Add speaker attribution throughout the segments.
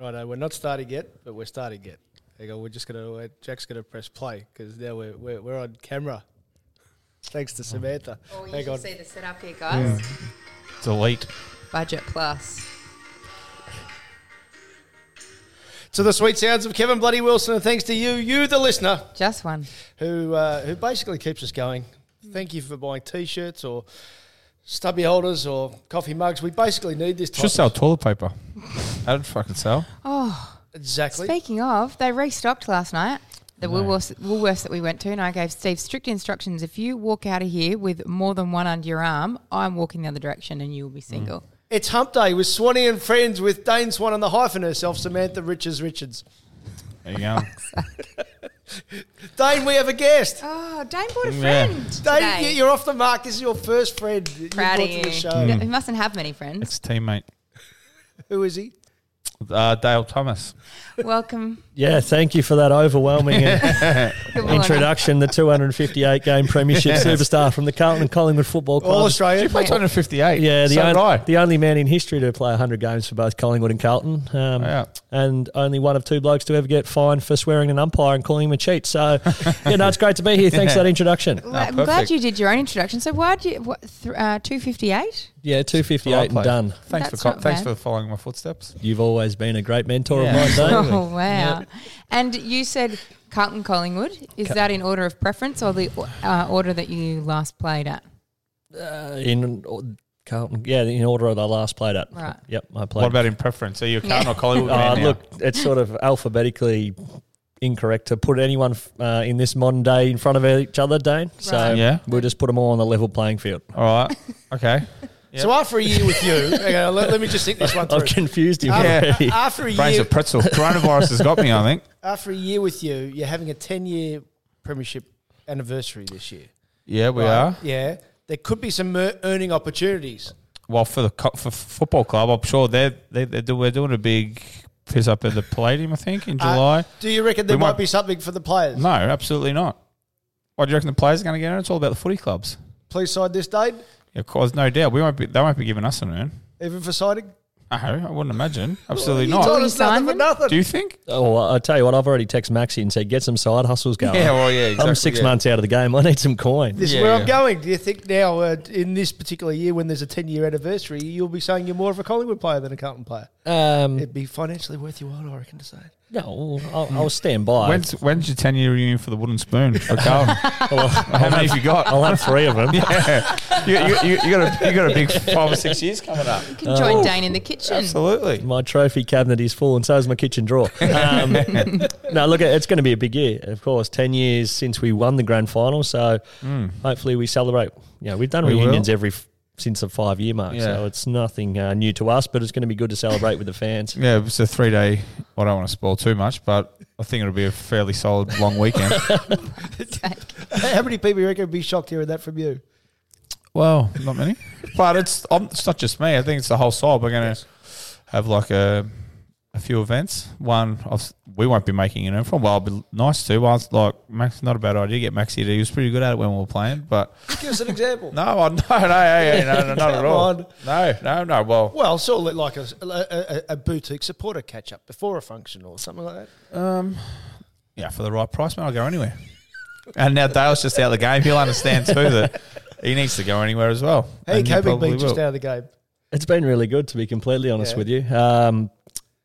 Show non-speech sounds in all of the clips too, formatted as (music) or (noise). Speaker 1: Righto, uh, we're not started yet, but we're started yet. There you go. We're just gonna uh, Jack's gonna press play because now we're, we're we're on camera. (laughs) Thanks to Samantha.
Speaker 2: Oh, you
Speaker 1: Hang
Speaker 2: can
Speaker 1: on.
Speaker 2: see the setup here, guys.
Speaker 3: Delete.
Speaker 2: Budget plus.
Speaker 1: To the sweet sounds of Kevin Bloody Wilson, and thanks to you, you the listener,
Speaker 2: Just one.
Speaker 1: who uh, who basically keeps us going.
Speaker 2: Hmm.
Speaker 1: Thank you for buying t-shirts or stubby holders or coffee mugs. We basically need this. Type
Speaker 3: Should sell
Speaker 1: of
Speaker 3: toilet paper. (laughs) That'd fucking sell.
Speaker 1: exactly.
Speaker 2: Speaking of, they restocked last night. The Woolworths, Woolworths that we went to, and I gave Steve strict instructions. If you walk out of here with more than one under your arm, I'm walking the other direction and you
Speaker 3: Mm.
Speaker 2: will be single.
Speaker 1: It's Hump Day with Swanee and friends with Dane Swan on the hyphen herself, Samantha Richards Richards.
Speaker 3: There you go.
Speaker 1: Dane, we have a guest.
Speaker 2: Oh, Dane bought a
Speaker 3: Yeah.
Speaker 2: friend.
Speaker 1: Dave,
Speaker 2: today.
Speaker 1: you- you're off the mark. This is your first friend that you've
Speaker 2: Proud
Speaker 1: brought
Speaker 2: of
Speaker 1: to the
Speaker 2: you.
Speaker 1: show.
Speaker 3: Mm.
Speaker 2: No, He mustn't have many friends.
Speaker 3: it's a teammate.
Speaker 1: Who is he?
Speaker 3: Uh, Dale Thomas.
Speaker 2: (laughs) Welcome.
Speaker 4: Yeah, thank you for
Speaker 3: (laughs)
Speaker 4: that overwhelming
Speaker 2: Good morning.
Speaker 4: introduction. The 258 game premiership superstar from the Carlton and Collingwood Football Club.
Speaker 1: All Australian.
Speaker 3: Play 258.
Speaker 4: Yeah, the,
Speaker 3: so
Speaker 4: on-
Speaker 3: did I.
Speaker 4: the only man in history to play 100 games for both Collingwood and Carlton. Um,
Speaker 3: Yeah.
Speaker 4: And only one of two blokes to ever get fined for swearing an umpire and calling him a cheat. So, yeah, no, it's great to be here.
Speaker 3: (laughs)
Speaker 4: Thanks for that introduction.
Speaker 2: Well, I'm glad
Speaker 3: Ah, perfect.
Speaker 2: you did your own introduction. So why did you what th- uh, 258?
Speaker 4: Yeah,
Speaker 3: Well, I
Speaker 4: 258 and
Speaker 3: played.
Speaker 4: done.
Speaker 3: Thanks
Speaker 2: That's
Speaker 3: for co-
Speaker 2: not
Speaker 3: thanks
Speaker 2: bad.
Speaker 3: for following my footsteps.
Speaker 4: You've always been a great mentor
Speaker 3: Yeah.
Speaker 4: of mine,
Speaker 2: (laughs)
Speaker 4: Dave.
Speaker 2: Oh wow! And you said Carlton Collingwood. Is that in order of preference or the uh, order that you last played at?
Speaker 3: (laughs)
Speaker 4: Uh, In or- Carlton, yeah, in order of the last played at.
Speaker 2: Right.
Speaker 4: Yep, I played.
Speaker 3: What about in preference? Are you a Carlton or Collingwood
Speaker 4: Uh,
Speaker 3: man now?
Speaker 4: look, it's sort of alphabetically incorrect to put anyone uh, in this modern day in front of each other, Dane. So
Speaker 2: Right.
Speaker 3: Yeah.
Speaker 4: we'll just put them all on the level playing field.
Speaker 3: All right. Okay.
Speaker 1: So after a year with you,
Speaker 3: (laughs)
Speaker 1: hang on, let, let me just think this one
Speaker 4: I've
Speaker 1: through.
Speaker 4: confused him
Speaker 1: After-
Speaker 4: already.
Speaker 1: After a
Speaker 3: Brains
Speaker 1: year,
Speaker 3: of pretzel. Coronavirus has got me, I think.
Speaker 1: after a year with you, you're having a ten-year premiership anniversary this year.
Speaker 3: Yeah, we
Speaker 1: Right?
Speaker 3: are.
Speaker 1: Yeah, there could be some mer- earning opportunities.
Speaker 3: Well, for the co- for football club, I'm sure they're, they they do, we're doing a big piss up at the Palladium, I think, in
Speaker 1: Uh,
Speaker 3: July.
Speaker 1: do you reckon there
Speaker 3: We
Speaker 1: might,
Speaker 3: might-
Speaker 1: be something for the players?
Speaker 3: no, absolutely not. What do you reckon the players are going to get? in? It's all about the footy clubs.
Speaker 1: Please side this date,
Speaker 3: Of course, no doubt. We won't be. They won't be giving us an earn.
Speaker 1: even for siding.
Speaker 3: No, I wouldn't imagine. Absolutely
Speaker 1: You
Speaker 3: not.
Speaker 1: told us nothing for
Speaker 2: Simon?
Speaker 1: nothing.
Speaker 3: Do you think?
Speaker 4: oh, well, I tell you what, I've already texted Maxie and said, get some side hustles going.
Speaker 3: Yeah, well, yeah, exactly,
Speaker 4: I'm six
Speaker 3: yeah.
Speaker 4: months out of the game. I need some coin.
Speaker 1: this is
Speaker 3: Yeah,
Speaker 1: where
Speaker 3: yeah.
Speaker 1: I'm going. Do you think now, uh, in this particular year, when there's a 10 year anniversary, you'll be saying you're more of a Collingwood player than a Carlton player?
Speaker 4: Um,
Speaker 1: It'd be financially worth your while, I reckon, to say. it.
Speaker 4: no, I'll, I'll stand by.
Speaker 3: When's, when's your 10 year reunion for the wooden
Speaker 4: (laughs)
Speaker 3: spoon for Carlton? How many have you got?
Speaker 4: I'll have three of
Speaker 3: (laughs)
Speaker 4: them.
Speaker 3: yeah. you, you, you, you, got a, you got a big five or six years coming up.
Speaker 2: You can
Speaker 4: oh,
Speaker 2: join Dane in the kitchen.
Speaker 3: Absolutely.
Speaker 4: My trophy cabinet is full, and so is my kitchen drawer. Um, no, look, it's going to be a big year, of course. Ten years since we won the grand final, so hopefully we celebrate. Yeah, we've done
Speaker 3: We
Speaker 4: reunions
Speaker 3: will.
Speaker 4: every f- since the five year mark,
Speaker 3: Yeah.
Speaker 4: so it's nothing uh, new to us, but it's going to be good to celebrate with the fans.
Speaker 3: Yeah, it's a three day. I don't want to spoil too much, but I think it'll be a fairly solid long (laughs) weekend.
Speaker 1: (laughs) How many people you reckon would be shocked hearing that from you?
Speaker 3: well, not many. (laughs) But it's um, it's not just me. I think it's the whole side. We're going to have like a, a few events. One, I've, s- we won't be making an for a while. But nice to. I was like, Max, not a bad idea. Get Maxi to. He was pretty good at it when we were playing. But
Speaker 1: Give us an example.
Speaker 3: (laughs) no, I, no, no, hey, hey, no, no, (laughs) not at
Speaker 1: Come
Speaker 3: all.
Speaker 1: on.
Speaker 3: No, no, no. Well,
Speaker 1: Well, sort of like a, a, a, a boutique supporter catch up before a function or something like that.
Speaker 3: yeah, for the right price, man, I'll go anywhere. and now Dale's just out of the game. He'll understand too that he needs to go anywhere as well.
Speaker 1: Hey,
Speaker 3: And he
Speaker 1: Kobe
Speaker 3: probably
Speaker 1: beat just
Speaker 3: will.
Speaker 1: out of the game.
Speaker 4: It's been really good, to be completely honest
Speaker 1: Yeah.
Speaker 4: with you. Um,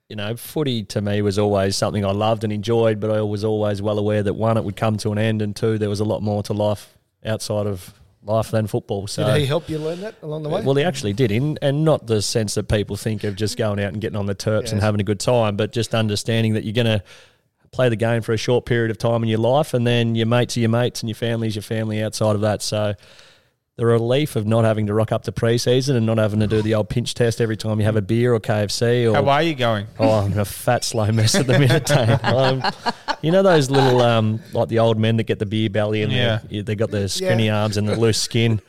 Speaker 4: you know, footy to me was always something I loved and enjoyed, but I was always well aware that one, it would come to an end, and two, there was a lot more to life outside of life than football. So,
Speaker 1: Did he help you learn that along the way?
Speaker 4: well, he actually did, in, and not the sense that people think of just going out and getting on the terps and
Speaker 1: Yes.
Speaker 4: having a good time, but just understanding that you're going to play the game for a short period of time in your life, and then your mates are your mates, and your family's your family outside of that. So, the relief of not having to rock up to preseason and not having to do the old pinch test every time you have a beer or KFC or
Speaker 3: How are you going?
Speaker 4: Oh, I'm a fat slow mess at the minute, (laughs) Dane. Um, you know those little, um, like the old men that get the beer belly and
Speaker 3: Yeah.
Speaker 4: they, they got the skinny arms and the loose skin.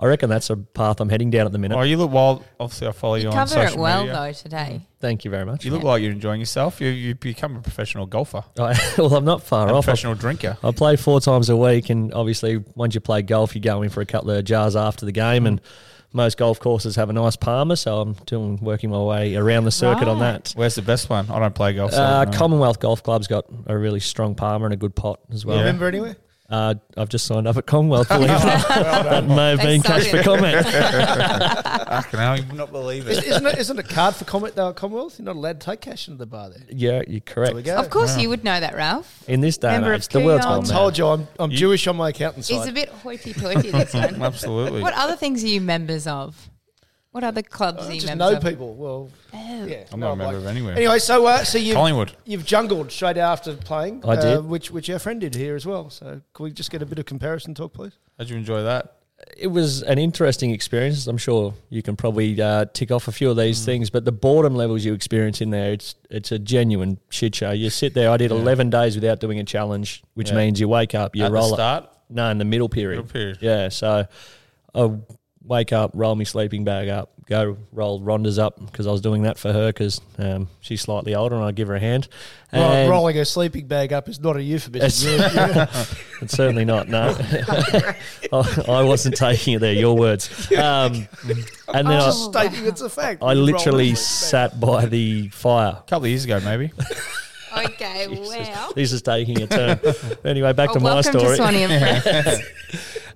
Speaker 4: I reckon that's a path I'm heading down at the minute.
Speaker 3: Oh, you look wild. Obviously, I follow you,
Speaker 2: You
Speaker 3: on
Speaker 2: cover
Speaker 3: social
Speaker 2: it well
Speaker 3: media.
Speaker 2: though today.
Speaker 4: Thank you very much.
Speaker 3: You look like you're enjoying yourself. You you become a professional golfer,
Speaker 4: I, (laughs) well, I'm not far
Speaker 3: a
Speaker 4: off. I-
Speaker 3: professional drinker.
Speaker 4: I play four times a week, and obviously, once you play golf, you go in for a couple of jars after the game, and most golf courses have a nice palmer, so I'm doing working my way around the circuit on
Speaker 2: Right.
Speaker 4: that.
Speaker 3: Where's the best one? I don't play golf. so I
Speaker 4: Uh,
Speaker 3: don't know.
Speaker 4: Commonwealth Golf Club's got a really strong palmer and a good pot as well.
Speaker 3: Yeah.
Speaker 1: Remember anywhere?
Speaker 4: Uh, I've just signed up
Speaker 2: (laughs)
Speaker 4: at Commonwealth, believe that. that may have
Speaker 2: They
Speaker 4: been cash
Speaker 2: suck
Speaker 4: for
Speaker 2: it. (laughs)
Speaker 4: comment.
Speaker 3: Fucking hell, you would not believe
Speaker 1: Is-
Speaker 3: it.
Speaker 1: Isn't it, isn't it card for comment though at Commonwealth? You're not allowed to take cash into the bar there.
Speaker 4: Yeah, you're
Speaker 1: There we
Speaker 4: correct.
Speaker 1: go.
Speaker 2: Of course, you would know that, Ralph.
Speaker 4: In this day and
Speaker 2: Member
Speaker 4: age,
Speaker 2: of
Speaker 4: the world's gone
Speaker 2: Keon.
Speaker 4: mad.
Speaker 1: Told you I'm, I'm Jewish on my accountant
Speaker 2: He's a
Speaker 1: side.
Speaker 2: bit
Speaker 4: (laughs)
Speaker 2: hoity-toity. this one.
Speaker 3: Absolutely.
Speaker 2: What other things are you members of? What other
Speaker 1: I
Speaker 2: clubs are you
Speaker 1: Uh, just
Speaker 2: members
Speaker 1: know
Speaker 2: of?
Speaker 1: people. Well,
Speaker 2: Oh.
Speaker 1: yeah,
Speaker 3: I'm not a member of anywhere.
Speaker 1: Anyway, so uh, so you
Speaker 3: Collingwood.
Speaker 1: You've jungled straight after playing.
Speaker 4: I
Speaker 1: uh,
Speaker 4: did.
Speaker 1: which which our friend did here as well. So can we just get a bit of comparison talk, please?
Speaker 3: How'd you enjoy that?
Speaker 4: It was an interesting experience. I'm sure you can probably uh, tick off a few of
Speaker 1: Mm.
Speaker 4: these things, but the boredom levels you experience in there, it's it's a genuine shit show. You sit there. I did 11 days without doing a challenge, which
Speaker 3: Yeah.
Speaker 4: means you wake up, you
Speaker 3: At the
Speaker 4: roll up.
Speaker 3: start?
Speaker 4: No, in the middle period.
Speaker 3: Middle period.
Speaker 4: Yeah. So I wake up, roll my sleeping bag up, go roll Rhonda's up because I was doing that for her because um, she's slightly older and I give her a hand.
Speaker 1: Roll
Speaker 4: And (laughs)
Speaker 1: Rolling a sleeping bag up is not a
Speaker 4: It's-
Speaker 1: euphemism. You're- you're-
Speaker 4: (laughs) It's certainly not. No, (laughs) I, I wasn't taking it there. Your words. Um, and then
Speaker 1: just stating it's a fact.
Speaker 4: I, I
Speaker 1: Oh. You roll a
Speaker 4: literally
Speaker 1: sleeping
Speaker 4: sat by the fire.
Speaker 3: A couple of years ago,
Speaker 4: (laughs)
Speaker 3: maybe.
Speaker 2: Okay, wow.
Speaker 4: This is taking
Speaker 2: (laughs)
Speaker 4: a turn. Anyway, back to
Speaker 2: Well,
Speaker 4: my
Speaker 2: welcome to
Speaker 4: story.
Speaker 2: Swanee
Speaker 4: (laughs)
Speaker 2: and Friends.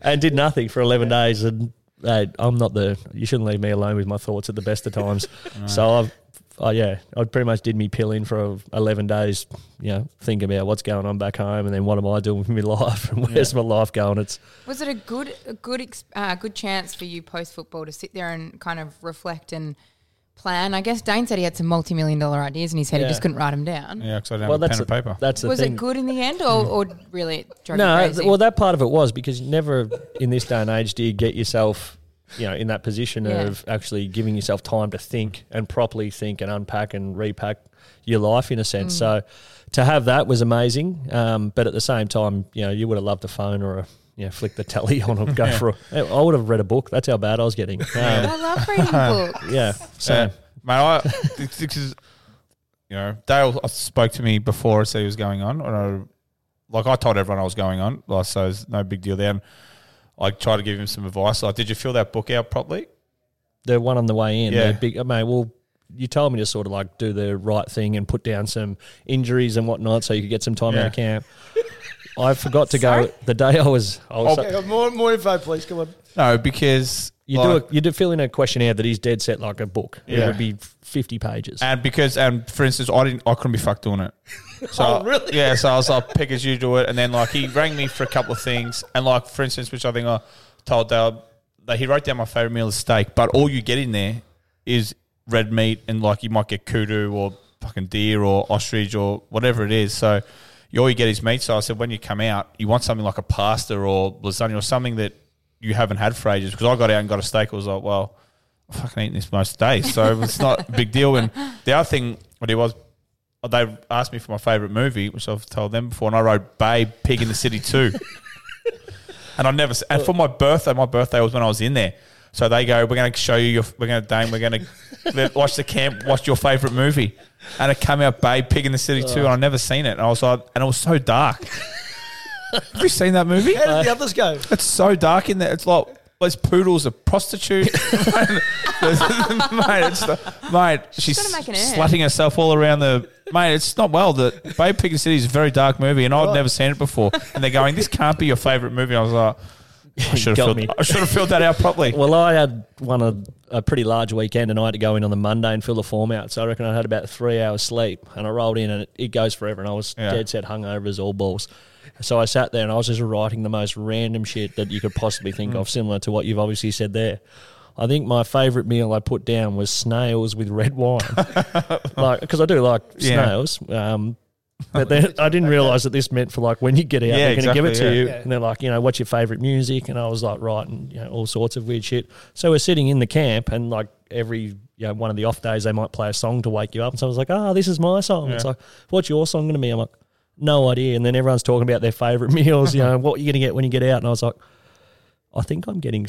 Speaker 4: and did nothing for 11 days. And uh, I'm not the, you shouldn't leave me alone with my thoughts at the best
Speaker 3: (laughs)
Speaker 4: of times. So I've, oh yeah, I pretty much did me pill in for 11 days, you know, thinking about what's going on back home and then what am I doing with my (laughs) life and where's my life going? It's,
Speaker 2: Was it a good, a good, ex- uh, good chance for you post football to sit there and kind of reflect and plan? I guess Dane said he had some multi-million dollar ideas in his head.
Speaker 4: Yeah.
Speaker 2: He just couldn't write them down.
Speaker 3: Yeah, because I don't
Speaker 4: well,
Speaker 3: have a
Speaker 4: that's,
Speaker 3: pen and
Speaker 4: the-
Speaker 3: paper.
Speaker 4: that's the
Speaker 2: Was
Speaker 4: thing.
Speaker 2: it good in the end, or, or really? it drove you
Speaker 4: No,
Speaker 2: crazy?
Speaker 4: th- well, that part of it was because you never in this day and age do you get yourself, you know, in that position
Speaker 2: Yeah.
Speaker 4: of actually giving yourself time to think and properly think and unpack and repack your life in a
Speaker 2: Mm.
Speaker 4: sense. So to have that was amazing. Um, but at the same time, you know, you would have loved a phone or a, you know, flick the telly (laughs) on or go for a, I would have read a book. That's how bad I was getting. Um, (laughs) yeah.
Speaker 2: I love reading books.
Speaker 4: So
Speaker 3: Yeah. Mate, I, this- this is- you know, Dale spoke to me before I said he was going on. And I, like, I told everyone I was going on, like, so it's no big deal there. And I tried to give him some advice. Like, did you fill that book out properly?
Speaker 4: the one on the way in,
Speaker 3: Yeah.
Speaker 4: the big, I mean, well, you told me to sort of like do the right thing and put down some injuries and whatnot so you could get some time out of camp. I forgot to go the day I was. I was
Speaker 1: bag. Okay, more more info, please. Come on.
Speaker 3: No, because
Speaker 4: you
Speaker 3: like-
Speaker 4: do a, you do fill in a questionnaire that is dead set like a book. It would be fifty pages.
Speaker 3: And because, and for instance, I didn't, I couldn't be fucked doing
Speaker 4: (laughs)
Speaker 3: it. So
Speaker 4: Oh,
Speaker 3: really? Yeah. So I was like, pick as you do it, and then like he rang me for a couple of things, and like for instance, which I think I told Dale that he wrote down my favorite meal is steak, but all you get in there is red meat, and like you might get kudu or fucking deer or ostrich or whatever it is. So you all you get is meat. So I said, when you come out, you want something like a pasta or lasagna or something that you haven't had for ages. Because I got out and got a steak, I was like, well fucking eating this most days, so it's not a big deal. And the other thing I did was oh, they asked me for my favorite movie, which I've told them before, and I wrote Babe, Pig
Speaker 1: (laughs)
Speaker 3: in the City too. and I never, s- and for my birthday, my birthday was when I was in there. So they go, we're going to show you, your, we're going to Dane, we're
Speaker 1: (laughs)
Speaker 3: going to watch the camp, watch your favorite movie. And it came out, Babe, Pig in the City
Speaker 1: Oh.
Speaker 3: too. and I'd never seen it. And I was like, and it was so
Speaker 1: (laughs)
Speaker 3: dark. Have you seen that movie?
Speaker 1: How did the others
Speaker 4: (laughs)
Speaker 1: go?
Speaker 3: It's so dark in there. It's like there's poodles, a (laughs) prostitute. mate, it's the, mate she's
Speaker 2: gotta make an end.
Speaker 3: slutting herself all around the. Mate, it's not well. The Babe Pig in the City is a very dark movie, and I'd never seen it before. And they're going, "This can't be your favorite movie." I was like, "I should
Speaker 4: got
Speaker 3: have
Speaker 4: me.
Speaker 3: filled, I should have filled that out properly."
Speaker 4: Well, I had one of a pretty large weekend, and I had to go in on the Monday and fill the form out. So I reckon I had about three hours sleep, and I rolled in, and it, it goes forever. And I was
Speaker 3: Yeah.
Speaker 4: dead set hungover as all balls. So I sat there, and I was just writing the most random shit that you could possibly
Speaker 3: Mm.
Speaker 4: think of, similar to what you've obviously said there. I think my favourite meal I put down was snails with
Speaker 3: (laughs)
Speaker 4: red wine, like because I do like
Speaker 3: Yeah.
Speaker 4: snails. Um, but then I didn't realize that this meant for like when you get out,
Speaker 3: Yeah,
Speaker 4: they're going to give it to
Speaker 3: exactly, yeah.
Speaker 4: you.
Speaker 1: Yeah.
Speaker 4: And they're like, you know, what's your favorite music? And I was like, writing, you know, all sorts of weird shit. So we're sitting in the camp, and like every you know, one of the off days, they might play a song to wake you up. And someone's like, oh, this is my song. It's like, what's your song going to be? I'm like, no idea. And then everyone's talking about their favorite (laughs) meals, you know, what you're going to get when you get out. And I was like, I think I'm getting (laughs)
Speaker 3: (laughs)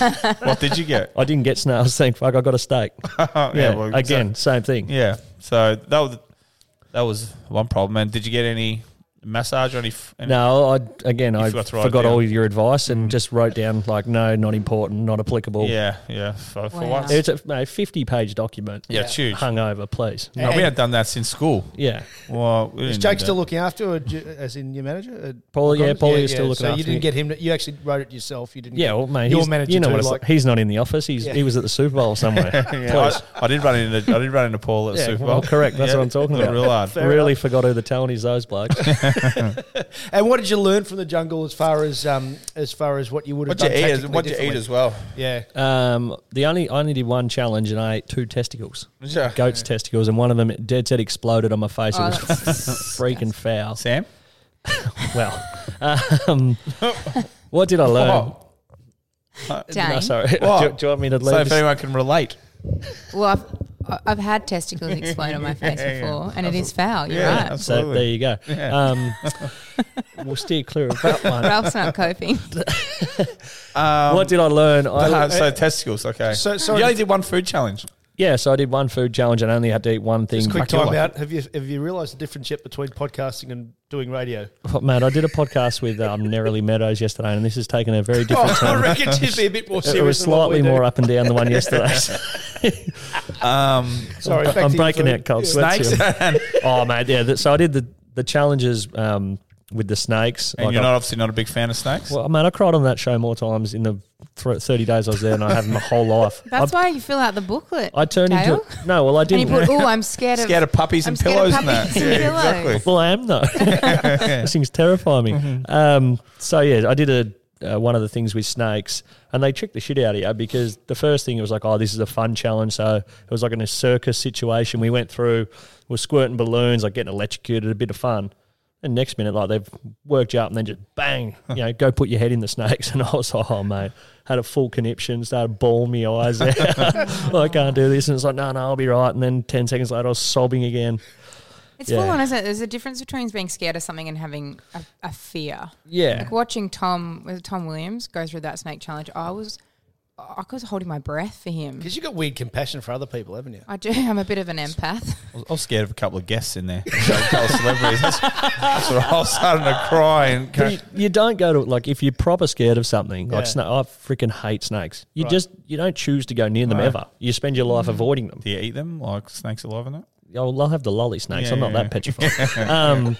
Speaker 3: (laughs) what did you get?
Speaker 4: I didn't get snails. Thank fuck, I got
Speaker 3: (laughs)
Speaker 4: a steak.
Speaker 3: Oh,
Speaker 4: Yeah,
Speaker 3: well,
Speaker 4: again, same thing.
Speaker 3: so- yeah. So that was that was one problem. And did you get any massage or any? f- any
Speaker 4: No, I again I
Speaker 3: forgot
Speaker 4: forgot,
Speaker 3: to write it down. Mm.
Speaker 4: all your advice and just wrote down like no, not important, not applicable.
Speaker 3: Yeah, yeah. For, for
Speaker 2: Wow.
Speaker 3: once,
Speaker 4: It's a mate, fifty-page document.
Speaker 3: Yeah, it's huge.
Speaker 4: Hungover, please.
Speaker 3: No, we had done that since school.
Speaker 4: Yeah,
Speaker 3: Well, we
Speaker 1: Is
Speaker 3: didn't
Speaker 1: Jake
Speaker 3: do
Speaker 1: still
Speaker 3: that.
Speaker 1: looking after, or ju- as in your manager? Uh,
Speaker 4: Paul. Yeah,
Speaker 1: Collins?
Speaker 4: Paul is still looking
Speaker 1: so
Speaker 4: after
Speaker 1: you didn't
Speaker 4: me.
Speaker 1: get him. To, you actually wrote it yourself. You didn't.
Speaker 4: yeah,
Speaker 1: get
Speaker 4: well, mate,
Speaker 1: your
Speaker 4: he's-
Speaker 1: manager.
Speaker 4: You know
Speaker 1: too,
Speaker 4: what? It's
Speaker 1: like,
Speaker 4: like. He's not in the office. He's
Speaker 1: Yeah.
Speaker 4: he was at the Super
Speaker 3: (laughs)
Speaker 4: Bowl somewhere.
Speaker 3: Yeah,
Speaker 4: Please.
Speaker 3: I, I did run into I did run into Paul at
Speaker 4: Yeah,
Speaker 3: Super Bowl.
Speaker 4: well, correct. That's what I'm talking about.
Speaker 3: Real hard.
Speaker 4: really forgot who the talent is.
Speaker 3: (laughs)
Speaker 4: Those blokes.
Speaker 1: And what did you learn from the jungle as far as um as far as what you would have
Speaker 3: What'd you
Speaker 1: done?
Speaker 3: eat? as-
Speaker 1: tactically
Speaker 3: What'd you eat
Speaker 1: differently?
Speaker 3: as well?
Speaker 1: Yeah.
Speaker 4: Um, the only I only did one challenge and I ate two testicles,
Speaker 3: Yeah.
Speaker 4: goat's testicles, and one of them dead set exploded on my face.
Speaker 2: Oh,
Speaker 4: it was freaking foul.
Speaker 3: Sam. (laughs)
Speaker 4: Well, (laughs) um, what did I learn?
Speaker 3: Oh,
Speaker 2: Dane.
Speaker 4: (laughs) No, Oh, sorry.
Speaker 3: What?
Speaker 4: Do, do you want me to
Speaker 3: so
Speaker 4: leave?
Speaker 3: if
Speaker 4: this?
Speaker 3: anyone can relate,
Speaker 2: Well, I've, I've had
Speaker 4: (laughs)
Speaker 2: testicles explode on my face
Speaker 3: Yeah, yeah.
Speaker 2: before, and it is foul. You're
Speaker 3: Yeah,
Speaker 2: right.
Speaker 4: So
Speaker 3: absolutely.
Speaker 4: there you go.
Speaker 3: Yeah.
Speaker 4: Um, we'll steer clear of that one.
Speaker 2: Ralph's not
Speaker 4: (laughs)
Speaker 2: coping.
Speaker 3: Um,
Speaker 4: what did I learn? I,
Speaker 3: uh, so testicles. Okay.
Speaker 1: So- so-
Speaker 3: you only did one food challenge. (laughs)
Speaker 4: yeah, so I did one food challenge and I only had to eat one thing.
Speaker 1: Just quick
Speaker 3: Fuck your
Speaker 1: time
Speaker 3: life.
Speaker 1: out. Have you have you realised the difference yet between podcasting and doing radio?
Speaker 4: Mate, Oh, I did a podcast with um, Nerily Meadows yesterday and this has taken a very
Speaker 3: Oh,
Speaker 4: different
Speaker 1: I
Speaker 4: turn.
Speaker 1: reckon she'd be a bit more serious.
Speaker 4: It was
Speaker 1: than what we
Speaker 4: slightly
Speaker 1: do.
Speaker 4: more up and down the one yesterday.
Speaker 3: (laughs) Um,
Speaker 1: Sorry, back
Speaker 4: I'm
Speaker 1: to you,
Speaker 4: breaking
Speaker 1: Fred.
Speaker 4: out cold
Speaker 1: Yeah.
Speaker 4: sweats. here. (laughs) oh, mate, yeah. That, so I did the, the challenges um, with the snakes.
Speaker 3: and
Speaker 4: Like,
Speaker 3: you're
Speaker 4: I-
Speaker 3: not obviously not a big fan of snakes.
Speaker 4: Well, mate, I cried on that show more times in the th- 30 days I was there than I have in my whole life.
Speaker 2: That's
Speaker 4: I,
Speaker 2: why you fill out the booklet.
Speaker 4: I turned
Speaker 2: Dale.
Speaker 4: into. No, well, I
Speaker 2: And you
Speaker 4: didn't.
Speaker 2: put, oh, I'm scared of.
Speaker 3: Scared of puppies
Speaker 2: I'm
Speaker 3: and
Speaker 2: scared of
Speaker 3: pillows and that.
Speaker 2: puppies and (laughs) pillows.
Speaker 4: Well, I am though. These things terrify me. Um, so yeah, I did a uh, one of the things with snakes, and they tricked the shit out of you because the first thing it was like, oh, this is a fun challenge. So it was like in a circus situation. We went through, we are squirting balloons, like getting electrocuted, a bit of fun. And next minute, like they've worked you up, and then just bang, you know, go put your head in the snakes. (laughs) And I was like, oh mate, had a full conniption, started bawling my eyes out. (laughs) I can't do this, and it's like, no, no, I'll be right. And then ten seconds later, I was sobbing again.
Speaker 2: It's
Speaker 4: Yeah.
Speaker 2: full on, isn't it? There's a difference between being scared of something and having a, a fear.
Speaker 4: Yeah, (laughs)
Speaker 2: Like watching Tom, was it Tom Williams go through that snake challenge, I was, I was holding my breath for him.
Speaker 1: Because you've got weird compassion for other people, haven't you?
Speaker 2: (laughs) I do. I'm a bit of an empath. (laughs)
Speaker 3: I was- I was scared of a couple of guests in there, (laughs) a couple of celebrities. That's, that's what I was starting to cry and go,
Speaker 4: But you, you don't go to like if you're proper scared of something like
Speaker 1: Yeah.
Speaker 4: sna- I freaking hate snakes. You just you don't choose to go near them ever. You spend your
Speaker 3: Mm.
Speaker 4: life avoiding them.
Speaker 3: do you eat them like snakes alive and that?
Speaker 4: I'll, I'll have the lolly snakes.
Speaker 3: Yeah,
Speaker 4: I'm not
Speaker 3: yeah,
Speaker 4: that
Speaker 3: (laughs)
Speaker 4: petrified. um,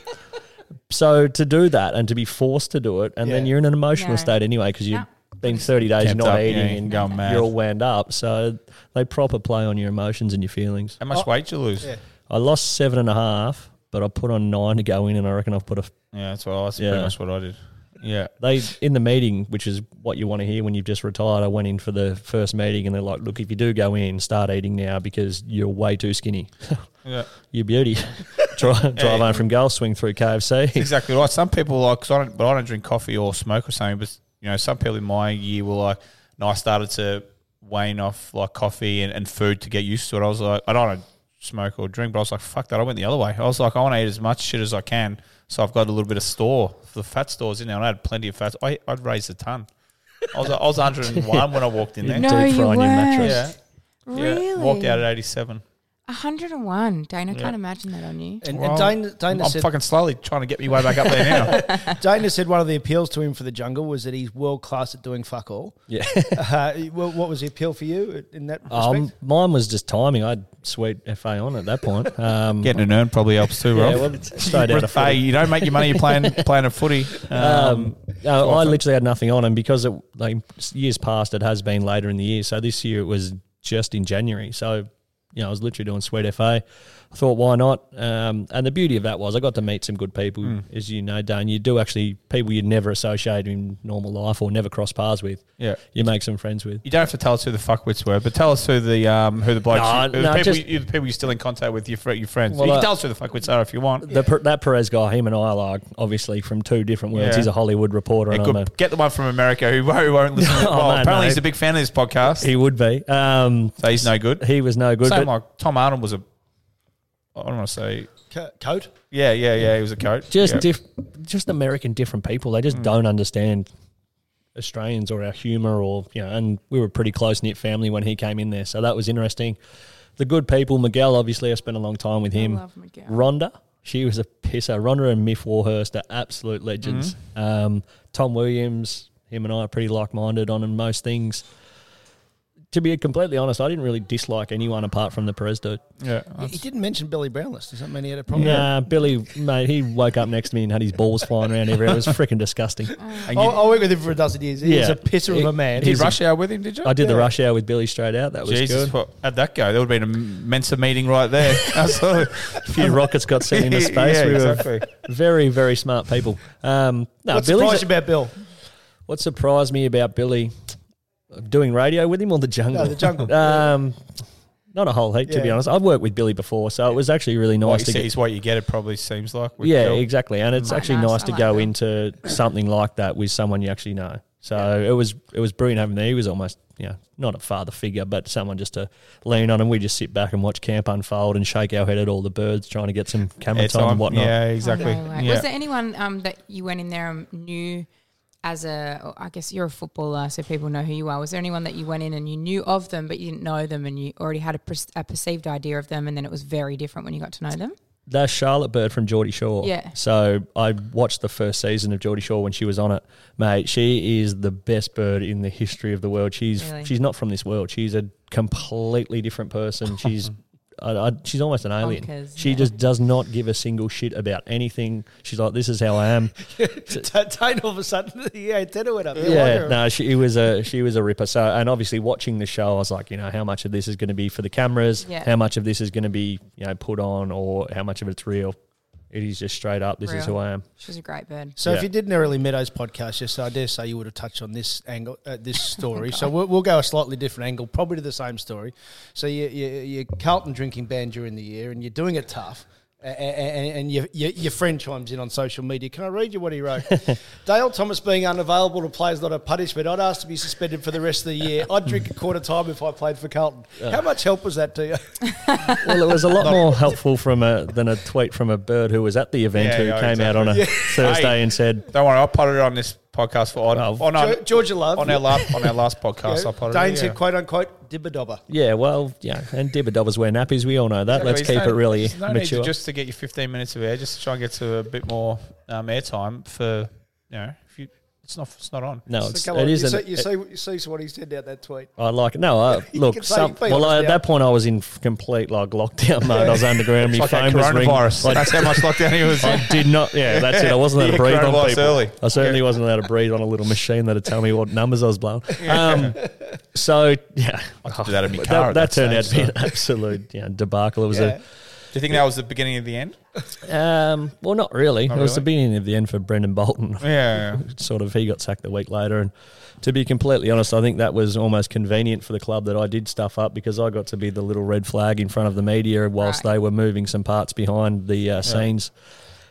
Speaker 4: so to do that and to be forced to do it, and then
Speaker 1: Yeah.
Speaker 4: you're in an emotional
Speaker 2: No.
Speaker 4: state anyway because you've been 30 days
Speaker 3: Camped
Speaker 4: not
Speaker 3: up,
Speaker 4: eating
Speaker 3: yeah,
Speaker 4: and
Speaker 3: going mad.
Speaker 4: you're all wound up. So they proper play on your emotions and your feelings.
Speaker 3: How much weight do you lose? Oh. Yeah,
Speaker 4: I lost seven and a half, but I put on nine to go in, and I reckon I've put a
Speaker 3: that's what I. That's
Speaker 4: Yeah.
Speaker 3: pretty much what I did. Yeah.
Speaker 4: they in the meeting, which is what you want to hear when you've just retired. I went in for the first meeting, and they're like, "Look, if you do go in, start eating now because you're way too skinny. (laughs)
Speaker 3: Yeah.
Speaker 4: you beauty. (laughs) drive drive on from golf, swing through KFC.
Speaker 3: exactly right. Some people like, 'cause I don't, but I don't drink coffee or smoke or something. But you know, some people in my year were like, and I started to wane off like coffee and, and food to get used to it. I was like, I don't smoke or drink, but I was like, fuck that. I went the other way. I was like, I want to eat as much shit as I can. So I've got a little bit of store for the fat stores in there, and I had plenty of fats. I, I'd raised a ton. I was I
Speaker 1: (laughs)
Speaker 3: was 101 when I walked in there.
Speaker 2: No,
Speaker 4: (laughs) deep
Speaker 2: you
Speaker 4: frying your mattress.
Speaker 3: Yeah.
Speaker 2: Really?
Speaker 3: Yeah. Walked out at 87.
Speaker 2: 101. Dane, I can't imagine that on you.
Speaker 1: And,
Speaker 3: Well,
Speaker 1: and Dana,
Speaker 3: I'm,
Speaker 1: Dana
Speaker 3: I'm
Speaker 1: said
Speaker 3: fucking slowly trying to get me way back up there now.
Speaker 1: (laughs) Dana said one of the appeals to him for the jungle was that he's world class at doing fuck all.
Speaker 4: Yeah.
Speaker 1: Uh, (laughs) well, what was the appeal for you in that respect?
Speaker 4: Um, mine was just timing. I had sweet FA on at that point. Um,
Speaker 3: Getting an earn probably helps too,
Speaker 4: yeah,
Speaker 3: Rob.
Speaker 4: well, straight out of
Speaker 3: hey,
Speaker 4: footy.
Speaker 3: you don't make your money you're
Speaker 4: (laughs)
Speaker 3: playing playing a footy. Um,
Speaker 4: Um, no, I literally had nothing on, and because it like years past, it has been later in the year. So this year it was just in January. So you know, I was literally doing Sweet FA. I thought, why not? Um, and the beauty of that was I got to meet some good people,
Speaker 3: Hmm.
Speaker 4: as you know, Dan. You do actually people you'd never associate in normal life or never cross paths with.
Speaker 3: Yeah.
Speaker 4: you make some friends with.
Speaker 3: you don't have to tell us who the fuckwits were, but tell us who the um, who the blokes,
Speaker 4: No,
Speaker 3: who
Speaker 4: no,
Speaker 3: the, people,
Speaker 4: just-
Speaker 3: you, the people you're still in contact with, your fr- your friends.
Speaker 4: Well,
Speaker 3: you can
Speaker 4: uh,
Speaker 3: tell us who the fuckwits are if you want.
Speaker 4: The, Per- that Perez guy, him and I are obviously from two different worlds.
Speaker 3: Yeah.
Speaker 4: He's a Hollywood reporter,
Speaker 3: Yeah,
Speaker 4: and I'm a
Speaker 3: good. Get the one from America who, (laughs) won't- who won't listen. To
Speaker 4: Oh,
Speaker 3: well,
Speaker 4: no,
Speaker 3: apparently
Speaker 4: no.
Speaker 3: he's a big fan of this podcast,
Speaker 4: He would be. Um,
Speaker 3: so he's no good.
Speaker 4: he was no good.
Speaker 3: Same
Speaker 4: but
Speaker 3: like Tom Arnold was a. I don't want to say.
Speaker 1: Co- coat?
Speaker 3: Yeah, yeah, yeah. He was a coach.
Speaker 4: just
Speaker 3: yeah.
Speaker 4: diff, just American different people. They just don't understand Australians or our humour or you know. And we were a pretty close knit family when he came in there, so that was interesting. The good people, Miguel. Obviously, I spent a long time with him.
Speaker 2: love Miguel.
Speaker 4: Rhonda. She was a pisser. Rhonda and Miff Warhurst are absolute legends. Um, Tom Williams, him and I are pretty like minded on most things. To be completely honest, I didn't really dislike anyone apart from the Perez dude.
Speaker 3: yeah.
Speaker 1: He, he didn't mention Billy Brownless. Does that mean he had a problem?
Speaker 4: Nah, Billy, mate, he woke up next to me and had his balls flying around everywhere. It was
Speaker 1: (laughs)
Speaker 4: freaking disgusting.
Speaker 3: And you,
Speaker 1: I, I worked with him for a dozen years. He's
Speaker 4: Yeah.
Speaker 1: a pisser of a man.
Speaker 3: did
Speaker 4: he's a-
Speaker 3: rush hour with him? Did you?
Speaker 4: I did the rush hour with Billy straight out. That was
Speaker 3: Jesus,
Speaker 4: good.
Speaker 3: what, how'd that go? There would have been a Mensa meeting right there.
Speaker 4: (laughs)
Speaker 3: I saw it.
Speaker 4: A few rockets got
Speaker 1: (laughs)
Speaker 4: sent into space.
Speaker 3: Yeah,
Speaker 4: we were
Speaker 3: exactly.
Speaker 4: very, very smart people. Um, no,
Speaker 1: What
Speaker 4: Billy's-
Speaker 1: surprised you about Bill?
Speaker 4: what surprised me about Billy doing radio with him on the jungle?
Speaker 1: No, the jungle.
Speaker 4: (laughs) Um, not a whole heap, to be
Speaker 1: Yeah.
Speaker 4: honest. I've worked with Billy before, so it was actually really nice
Speaker 3: What you
Speaker 4: to
Speaker 3: see
Speaker 4: get.
Speaker 3: is what you get. It probably seems like. with
Speaker 4: Yeah,
Speaker 3: Bill.
Speaker 4: exactly, and it's
Speaker 2: Oh,
Speaker 4: actually
Speaker 2: nice.
Speaker 4: nice
Speaker 2: I
Speaker 4: to
Speaker 2: like
Speaker 4: go
Speaker 2: that.
Speaker 4: into something like that with someone you actually know. So it was it was brilliant having him there. He was almost you know not a father figure, but someone just to lean on, and we just sit back and watch camp unfold and shake our head at all the birds trying to get some camera
Speaker 3: Yeah,
Speaker 4: time,
Speaker 3: time.
Speaker 4: and whatnot.
Speaker 3: Yeah,
Speaker 2: Oh,
Speaker 3: exactly.
Speaker 2: no way.
Speaker 3: yeah.
Speaker 2: Was there anyone um, that you went in there and knew as a, or I guess you're a footballer, so people know who you are. Was there anyone that you went in and you knew of them, but you didn't know them and you already had a, per- a perceived idea of them and then it was very different when you got to know them?
Speaker 4: That's Charlotte Bird from Geordie Shore.
Speaker 2: Yeah.
Speaker 4: So I watched the first season of Geordie Shore when she was on it. Mate, she is the best bird in the history of the world. She's
Speaker 2: Really?
Speaker 4: she's not from this world. She's a completely
Speaker 2: (laughs)
Speaker 4: different person. She's I, I, she's almost an alien.
Speaker 2: Bonkers,
Speaker 4: she
Speaker 2: yeah.
Speaker 4: just does not give a single shit about anything. She's like, this is how I am.
Speaker 1: (laughs) Dane all of a sudden, (laughs) yeah, antenna went up.
Speaker 4: yeah. No, she was a she was a ripper. So and obviously watching the show, I was like, you know, how much of this is going to be for the cameras?
Speaker 2: Yeah.
Speaker 4: How much of this is going to be you know put on, or how much of it's real? It is just straight up. This is
Speaker 2: Real.
Speaker 4: who I am.
Speaker 2: She's a great bird.
Speaker 1: So
Speaker 4: Yeah.
Speaker 1: if you did an early Meadows podcast, yes, I dare say you would have touched on this angle, uh,
Speaker 4: (laughs)
Speaker 1: this story. so we'll, we'll go a slightly different angle, probably to the same story. So you, you, you're Carlton drinking band during the year, and you're doing it tough. And, and, and your, your, your friend chimes in on social media. Can I read you what he
Speaker 4: (laughs)
Speaker 1: wrote? Dale Thomas being unavailable to play is not a punishment. I'd ask to be suspended for the rest of the year.
Speaker 4: (laughs)
Speaker 1: I'd drink a quarter time if I played for Carlton. How much help was that to you?
Speaker 4: Well, it was
Speaker 3: (laughs)
Speaker 4: a lot more helpful from a than a tweet from a bird who was at the event
Speaker 3: Yeah,
Speaker 4: who
Speaker 3: yeah,
Speaker 4: came out on a (laughs) Thursday
Speaker 3: Hey.
Speaker 4: and said,
Speaker 3: Don't worry, I potted it on this podcast for on,
Speaker 4: Oh.
Speaker 3: on, our,
Speaker 1: Ge- Georgia Love.
Speaker 3: on our last on our (laughs) last podcast. I potted
Speaker 1: Dane
Speaker 3: it.
Speaker 1: said, quote unquote, dibba dobber.
Speaker 4: "Yeah, well, yeah." And Dibbadobbers wear nappies. We all know that.
Speaker 3: Exactly.
Speaker 4: Let's
Speaker 3: There's
Speaker 4: keep
Speaker 3: no-
Speaker 4: it really
Speaker 3: there's no need to-
Speaker 4: mature.
Speaker 3: just to get you 15 minutes of air, just to try and get to a bit more um, airtime for you know. If you, it's not it's not on.
Speaker 4: no, it's,
Speaker 1: So come
Speaker 4: it
Speaker 1: on, you
Speaker 4: isn't.
Speaker 1: see, you,
Speaker 4: it-
Speaker 1: see, you see what he said out that tweet.
Speaker 4: I like it. No, I,
Speaker 1: (laughs) You
Speaker 4: look.
Speaker 1: can say-
Speaker 4: Some,
Speaker 1: be
Speaker 4: well,
Speaker 1: honest
Speaker 4: I, at
Speaker 1: now.
Speaker 4: that point, I was in f- complete like lockdown mode. I was underground. My
Speaker 3: It's like a
Speaker 4: phone was ringing.
Speaker 3: coronavirus.
Speaker 4: I
Speaker 3: That's how much lockdown he was.
Speaker 4: (laughs)
Speaker 3: in.
Speaker 4: did not. Yeah, that's it. I wasn't allowed
Speaker 3: Yeah,
Speaker 4: to breathe on
Speaker 3: coronavirus
Speaker 4: people.
Speaker 3: early.
Speaker 4: I certainly wasn't allowed to breathe on a little machine that'd tell
Speaker 3: (laughs)
Speaker 4: me what numbers I was blowing. Um, so yeah,
Speaker 3: do that in my
Speaker 4: That-
Speaker 3: car at that
Speaker 4: That, turned out to
Speaker 3: stage,
Speaker 4: be an absolute you know, debacle. It was
Speaker 1: Yeah.
Speaker 3: Do you think that was the beginning of the end?
Speaker 4: a um, well, not really. it was the
Speaker 3: really?
Speaker 4: beginning of the end for Brendan
Speaker 3: (laughs)
Speaker 4: Bolton.
Speaker 3: Yeah.
Speaker 4: Sort of, he got sacked the week later, and to be completely honest, I think that was almost convenient for the club that I did stuff up because I got to be the little red flag in front of the media whilst
Speaker 2: Right.
Speaker 4: they were moving some parts behind the uh, scenes.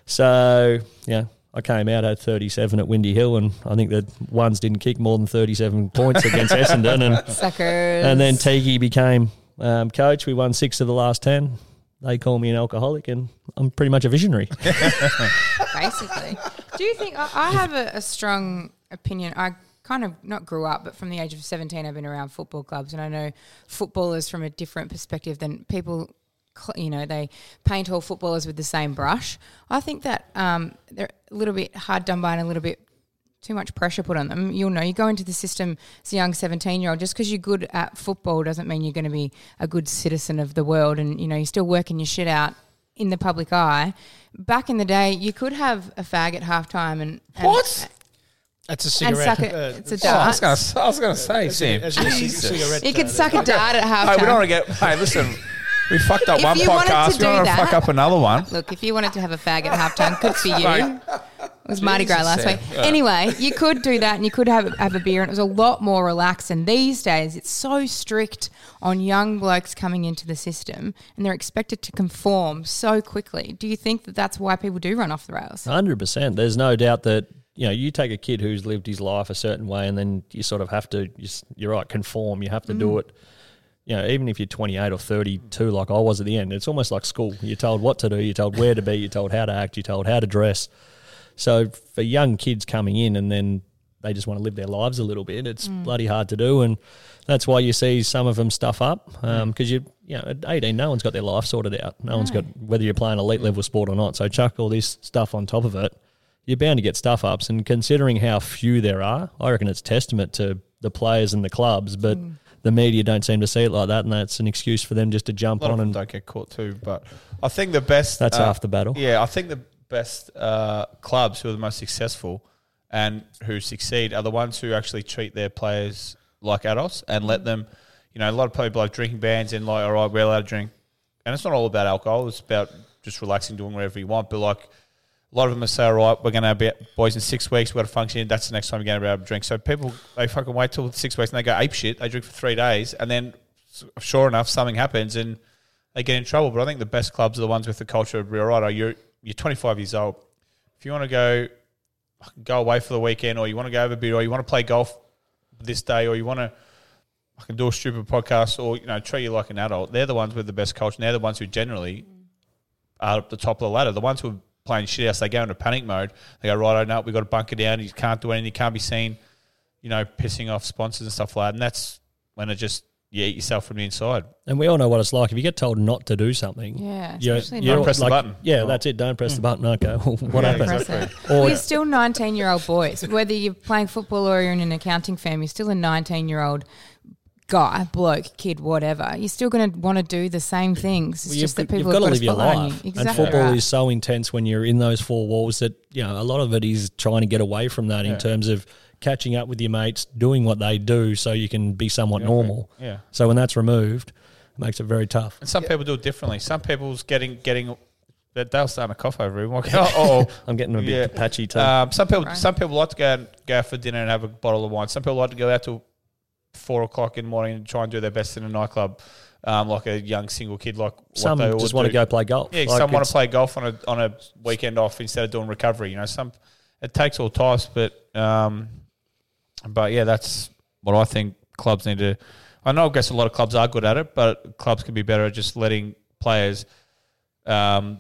Speaker 4: So yeah, I came out at 37 at Windy Hill, and I think the ones didn't kick more than 37 points against Essendon,
Speaker 2: (laughs)
Speaker 4: and
Speaker 2: Suckers.
Speaker 4: and then Tiki became um, coach. We won six of the last 10. They call me an alcoholic, and I'm pretty much a visionary.
Speaker 2: basically. Do you think I, I have a, a strong opinion? I kind of not grew up, but from the age of 17, I've been around football clubs. And I know footballers from a different perspective than people, cl- you know, they paint all footballers with the same brush. I think that um, they're a little bit hard done by and a little bit too much pressure put on them. You'll know you go into the system as a young 17 year old, just because you're good at football doesn't mean you're going to be a good citizen of the world. And, you know, you're still working your shit out in the public eye. Back in the day, you could have a fag at halftime and. and
Speaker 3: What?
Speaker 1: That's a
Speaker 2: And
Speaker 1: cigarette.
Speaker 2: suck it.
Speaker 1: uh,
Speaker 2: It's a
Speaker 3: Oh, I was
Speaker 2: dart.
Speaker 3: gonna, s- I was gonna say, Sam.
Speaker 1: that's a
Speaker 3: Jesus.
Speaker 1: cigarette.
Speaker 2: You could suck a dart at
Speaker 3: Hey, we don't
Speaker 2: halftime.
Speaker 3: want to get. Hey, listen, we fucked up
Speaker 2: If
Speaker 3: one
Speaker 2: you wanted
Speaker 3: podcast.
Speaker 2: to
Speaker 3: We don't
Speaker 2: do
Speaker 3: want to
Speaker 2: that-
Speaker 3: fuck up another one.
Speaker 2: Look, if you wanted to have a fag at halftime, good for you. It was Mardi Gras last
Speaker 3: Sam.
Speaker 2: week. Anyway, you could do that and you could have, have a beer, and it was a lot more relaxed. And these days, it's so strict on young blokes coming into the system and they're expected to conform so quickly. Do you think that that's why people do run off the rails?
Speaker 4: Hundred percent. There's no doubt that you know you take a kid who's lived his life a certain way, and then you sort of have to. you s- You're right, conform. You have to do it. You know, even if you're 28 or 32, like I was at the end, it's almost like school. You're told what to do, you're told where to be, you're told how to act, you're told how to dress. So for young kids coming in and then they just want to live their lives a little bit, it's bloody hard to do, and that's why you see some of them stuff up because you you know at 18 no one's got their life sorted out, no, one's got whether you're playing elite level sport or not. So chuck all this stuff on top of it, you're bound to get stuff ups. And considering how few there are, I reckon it's testament to the players and the clubs, but. The media don't seem to see it like that, and that's an excuse for them just to jump
Speaker 3: A lot
Speaker 4: on
Speaker 3: of them
Speaker 4: and
Speaker 3: don't get caught too, but I think the best. uh,
Speaker 4: That's half the battle.
Speaker 3: Yeah, I think the best uh, clubs who are the most successful and who succeed are the ones who actually treat their players like adults and let them. You know, a lot of people have drinking bans and like, all right, we're allowed to drink, and it's not all about alcohol. It's about just relaxing, doing whatever you want. But like, a lot of them are so right. We're going to be boys in six weeks. We've got to function. That's the next time you're going to be able to drink. So people they fucking wait till six weeks and they go ape shit. They drink for three days and then, s- sure enough, something happens and they get in trouble. But I think the best clubs are the ones with the culture of real right. oh, You're you're 25 years old. If you want to go fucking go away for the weekend, or you want to go over a beer, or you want to play golf this day, or you want to I can do a stupid podcast, or you know treat you like an adult. They're the ones with the best culture. And they're the ones who generally are up the top of the ladder. The ones who are playing shit house, they go into panic mode. They go, right, oh no, we've got to bunker down. You can't do anything. You can't be seen, you know, pissing off sponsors and stuff like that. And that's when it just, you eat yourself from the inside.
Speaker 4: And we all know what it's like if you get told not to do something.
Speaker 2: Yeah,
Speaker 4: you're-
Speaker 2: especially Mm.
Speaker 4: you're
Speaker 2: not-
Speaker 3: Press the
Speaker 4: like-
Speaker 3: button.
Speaker 4: Yeah, that's it. Don't press the button. Okay, (laughs) well, what
Speaker 3: Yeah,
Speaker 4: happens?
Speaker 3: exactly.
Speaker 4: Or-
Speaker 2: We're still 19 year old boys. Whether you're playing football or you're in an accounting firm, you're still a 19 year old guy, bloke, kid, whatever. You're still going to want to do the same things. It's
Speaker 4: Well,
Speaker 2: just that
Speaker 4: you've
Speaker 2: people
Speaker 4: gotta
Speaker 2: have got to spotlight on you. Exactly.
Speaker 4: and football
Speaker 2: right.
Speaker 4: is so intense when you're in those four walls that you know a lot of it is trying to get away from that in terms of catching up with your mates, doing what they do, so you can be somewhat normal.
Speaker 3: Yeah.
Speaker 4: So when that's removed, it makes it very tough.
Speaker 3: And some people do it differently. Some people's getting getting that they'll start a cough (laughs)
Speaker 4: (laughs)
Speaker 3: over him. Like, oh,
Speaker 4: I'm getting a bit patchy too.
Speaker 3: Um, some people some people like to go and go out for dinner and have a bottle of wine. Some people like to go out till four o'clock in the morning and try and do their best in a nightclub, um, like a young single kid. Like what
Speaker 4: Some
Speaker 3: they all
Speaker 4: just want to
Speaker 3: do.
Speaker 4: go play golf.
Speaker 3: Yeah,
Speaker 4: Like,
Speaker 3: some want
Speaker 4: it's-
Speaker 3: to play golf on a on a weekend off instead of doing recovery. You know, some it takes all types, but um, but yeah, that's what I think clubs need to. I know, I guess a lot of clubs are good at it, but clubs can be better at just letting players um,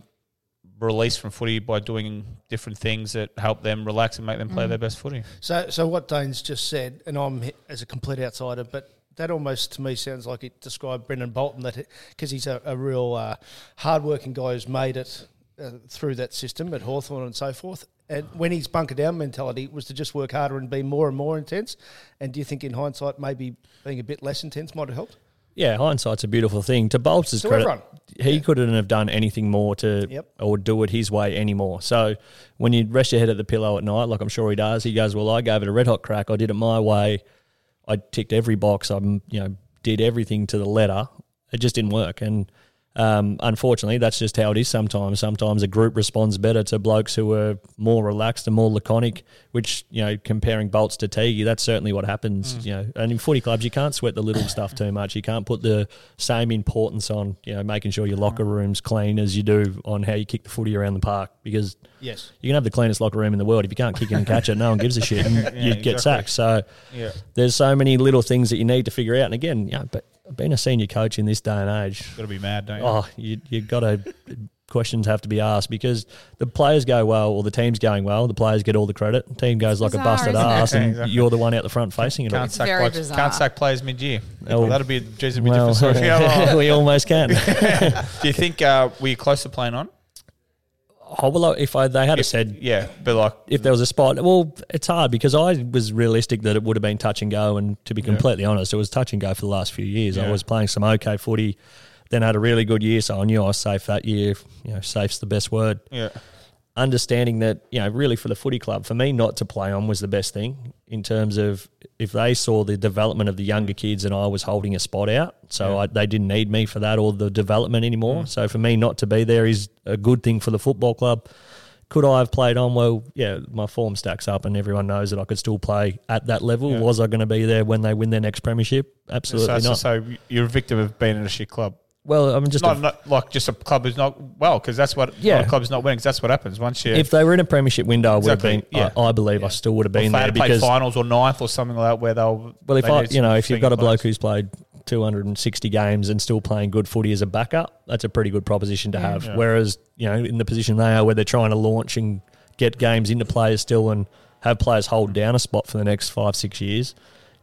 Speaker 3: release from footy by doing different things that help them relax and make them
Speaker 2: Mm.
Speaker 3: play their best footy.
Speaker 1: So, so what Dane's just said, and I'm he- as a complete outsider, but that almost to me sounds like it described Brendan Bolton that because he's a, a real uh, hardworking guy who's made it uh, through that system at Hawthorn and so forth. And when his bunker down mentality was to just work harder and be more and more intense. And do you think in hindsight maybe being a bit less intense might have helped?
Speaker 4: Yeah, hindsight's a beautiful thing. To Bolts'
Speaker 1: To
Speaker 4: credit,
Speaker 1: everyone.
Speaker 4: he couldn't have done anything more to
Speaker 1: Yep.
Speaker 4: or do it his way anymore. So when you rest your head at the pillow at night, like I'm sure he does, he goes, "Well, I gave it a red hot crack. I did it my way. I ticked every box. I am you know did everything to the letter. It just didn't work." And um, unfortunately, that's just how it is sometimes. Sometimes a group responds better to blokes who are more relaxed and more laconic. Which you know, comparing Bolts to Teague, that's certainly what happens. You know, and in footy clubs, you can't sweat the little stuff too much. You can't put the same importance on you know making sure your locker room's clean as you do on how you kick the footy around the park because
Speaker 1: Yes.
Speaker 4: you can have the cleanest locker room in the world if you can't kick it and catch it. No one gives a shit, and you
Speaker 3: exactly.
Speaker 4: get sacked. So there's so many little things that you need to figure out. And again, Oh, you know, but being a senior coach in this day and age,
Speaker 3: Got to be mad, don't you?
Speaker 4: oh, you you got to questions have to be asked because the players go well or the team's going well, the players get all the credit. Team goes like a
Speaker 2: bizarre,
Speaker 4: busted
Speaker 2: isn't it?
Speaker 4: ass,
Speaker 3: Yeah,
Speaker 4: and
Speaker 3: exactly.
Speaker 4: you're the one out the front facing it all.
Speaker 3: Can't sack,
Speaker 2: very
Speaker 3: players,
Speaker 2: bizarre.
Speaker 3: can't sack players mid year.
Speaker 4: Oh.
Speaker 3: That'd be Jesus, be
Speaker 4: Well,
Speaker 3: different story.
Speaker 4: (laughs) we
Speaker 3: (laughs)
Speaker 4: almost can.
Speaker 3: Do you think uh, were you close to playing on?
Speaker 4: Oh, well, if I, they had have said
Speaker 3: Yeah, but like
Speaker 4: if there was a spot, well, it's hard because I was realistic that it would have been touch and go. And to be completely honest, it was touch and go for the last few years.
Speaker 3: Yeah.
Speaker 4: I was playing some okay footy, then had a really good year, so I knew I was safe that year. You know, safe's the best word.
Speaker 3: yeah,
Speaker 4: Understanding that, you know, really for the footy club, for me not to play on was the best thing in terms of if they saw the development of the younger kids and I was holding a spot out, so I, they didn't need me for that or the development anymore.
Speaker 3: Mm.
Speaker 4: So for me not to be there is a good thing for the football club could I have played on? Well, yeah, my form stacks up, and everyone knows that I could still play at that level. Was I going to be there when they win their next premiership? Absolutely
Speaker 3: so,
Speaker 4: not.
Speaker 3: so you're a victim of being in a shit club.
Speaker 4: well, I'm just
Speaker 3: not,
Speaker 4: a-
Speaker 3: not like just a club who's not well because that's what
Speaker 4: Yeah.
Speaker 3: yeah a club's not winning 'cause that's what happens once you
Speaker 4: if they were in a premiership window, I would have
Speaker 3: Exactly,
Speaker 4: been. I-
Speaker 3: yeah.
Speaker 4: I, believe I still would have been
Speaker 3: if they
Speaker 4: there
Speaker 3: had played
Speaker 4: because
Speaker 3: finals or ninth or something like that where they'll
Speaker 4: well, if
Speaker 3: they
Speaker 4: I,
Speaker 3: need
Speaker 4: you know, if you've got a
Speaker 3: senior
Speaker 4: bloke
Speaker 3: players.
Speaker 4: who's played 260 games and still playing good footy as a backup, that's a pretty good proposition to have. Whereas you know, in the position they are, where they're trying to launch and get games into players still and have players hold down a spot for the next five six years,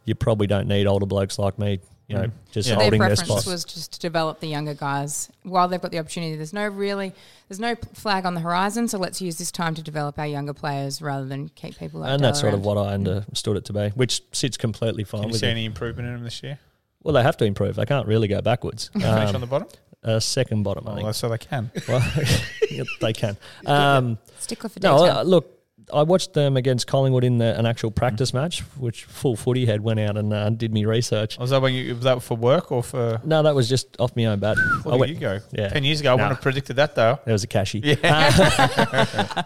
Speaker 4: you probably don't need older blokes like me. You know, just
Speaker 3: Mm. Yeah.
Speaker 2: their
Speaker 4: holding their
Speaker 2: preference
Speaker 4: spot.
Speaker 2: was just to develop the younger guys while they've got the opportunity. There's no really, there's no p- flag on the horizon, so let's use this time to develop our younger players rather than keep people. Like
Speaker 4: and that's
Speaker 2: Dale
Speaker 4: sort of
Speaker 2: around.
Speaker 4: what I understood it to be, which sits completely
Speaker 3: Mm.
Speaker 4: fine
Speaker 3: can you
Speaker 4: with
Speaker 3: see
Speaker 4: it.
Speaker 3: any improvement in them this year
Speaker 4: Well, they have to improve. They can't really
Speaker 3: (laughs)
Speaker 4: go backwards.
Speaker 3: finish
Speaker 4: Um,
Speaker 3: on Oh, the bottom
Speaker 4: uh, second bottom, I
Speaker 3: well,
Speaker 4: think.
Speaker 3: so they can
Speaker 4: (laughs) Well,
Speaker 3: (laughs)
Speaker 4: they can. Um,
Speaker 2: stickler for
Speaker 4: No,
Speaker 2: detail.
Speaker 4: I, look, I watched them against Collingwood in the, an actual
Speaker 3: Mm.
Speaker 4: practice match, which full footy had went out and uh, did me research.
Speaker 3: was that when you was that for work or for
Speaker 4: No, that was just off my own bat.
Speaker 3: where
Speaker 4: I
Speaker 3: did
Speaker 4: went,
Speaker 3: you go
Speaker 4: yeah.
Speaker 3: 10 years ago I
Speaker 4: Nah.
Speaker 3: wouldn't have predicted that though
Speaker 4: There was a cashy.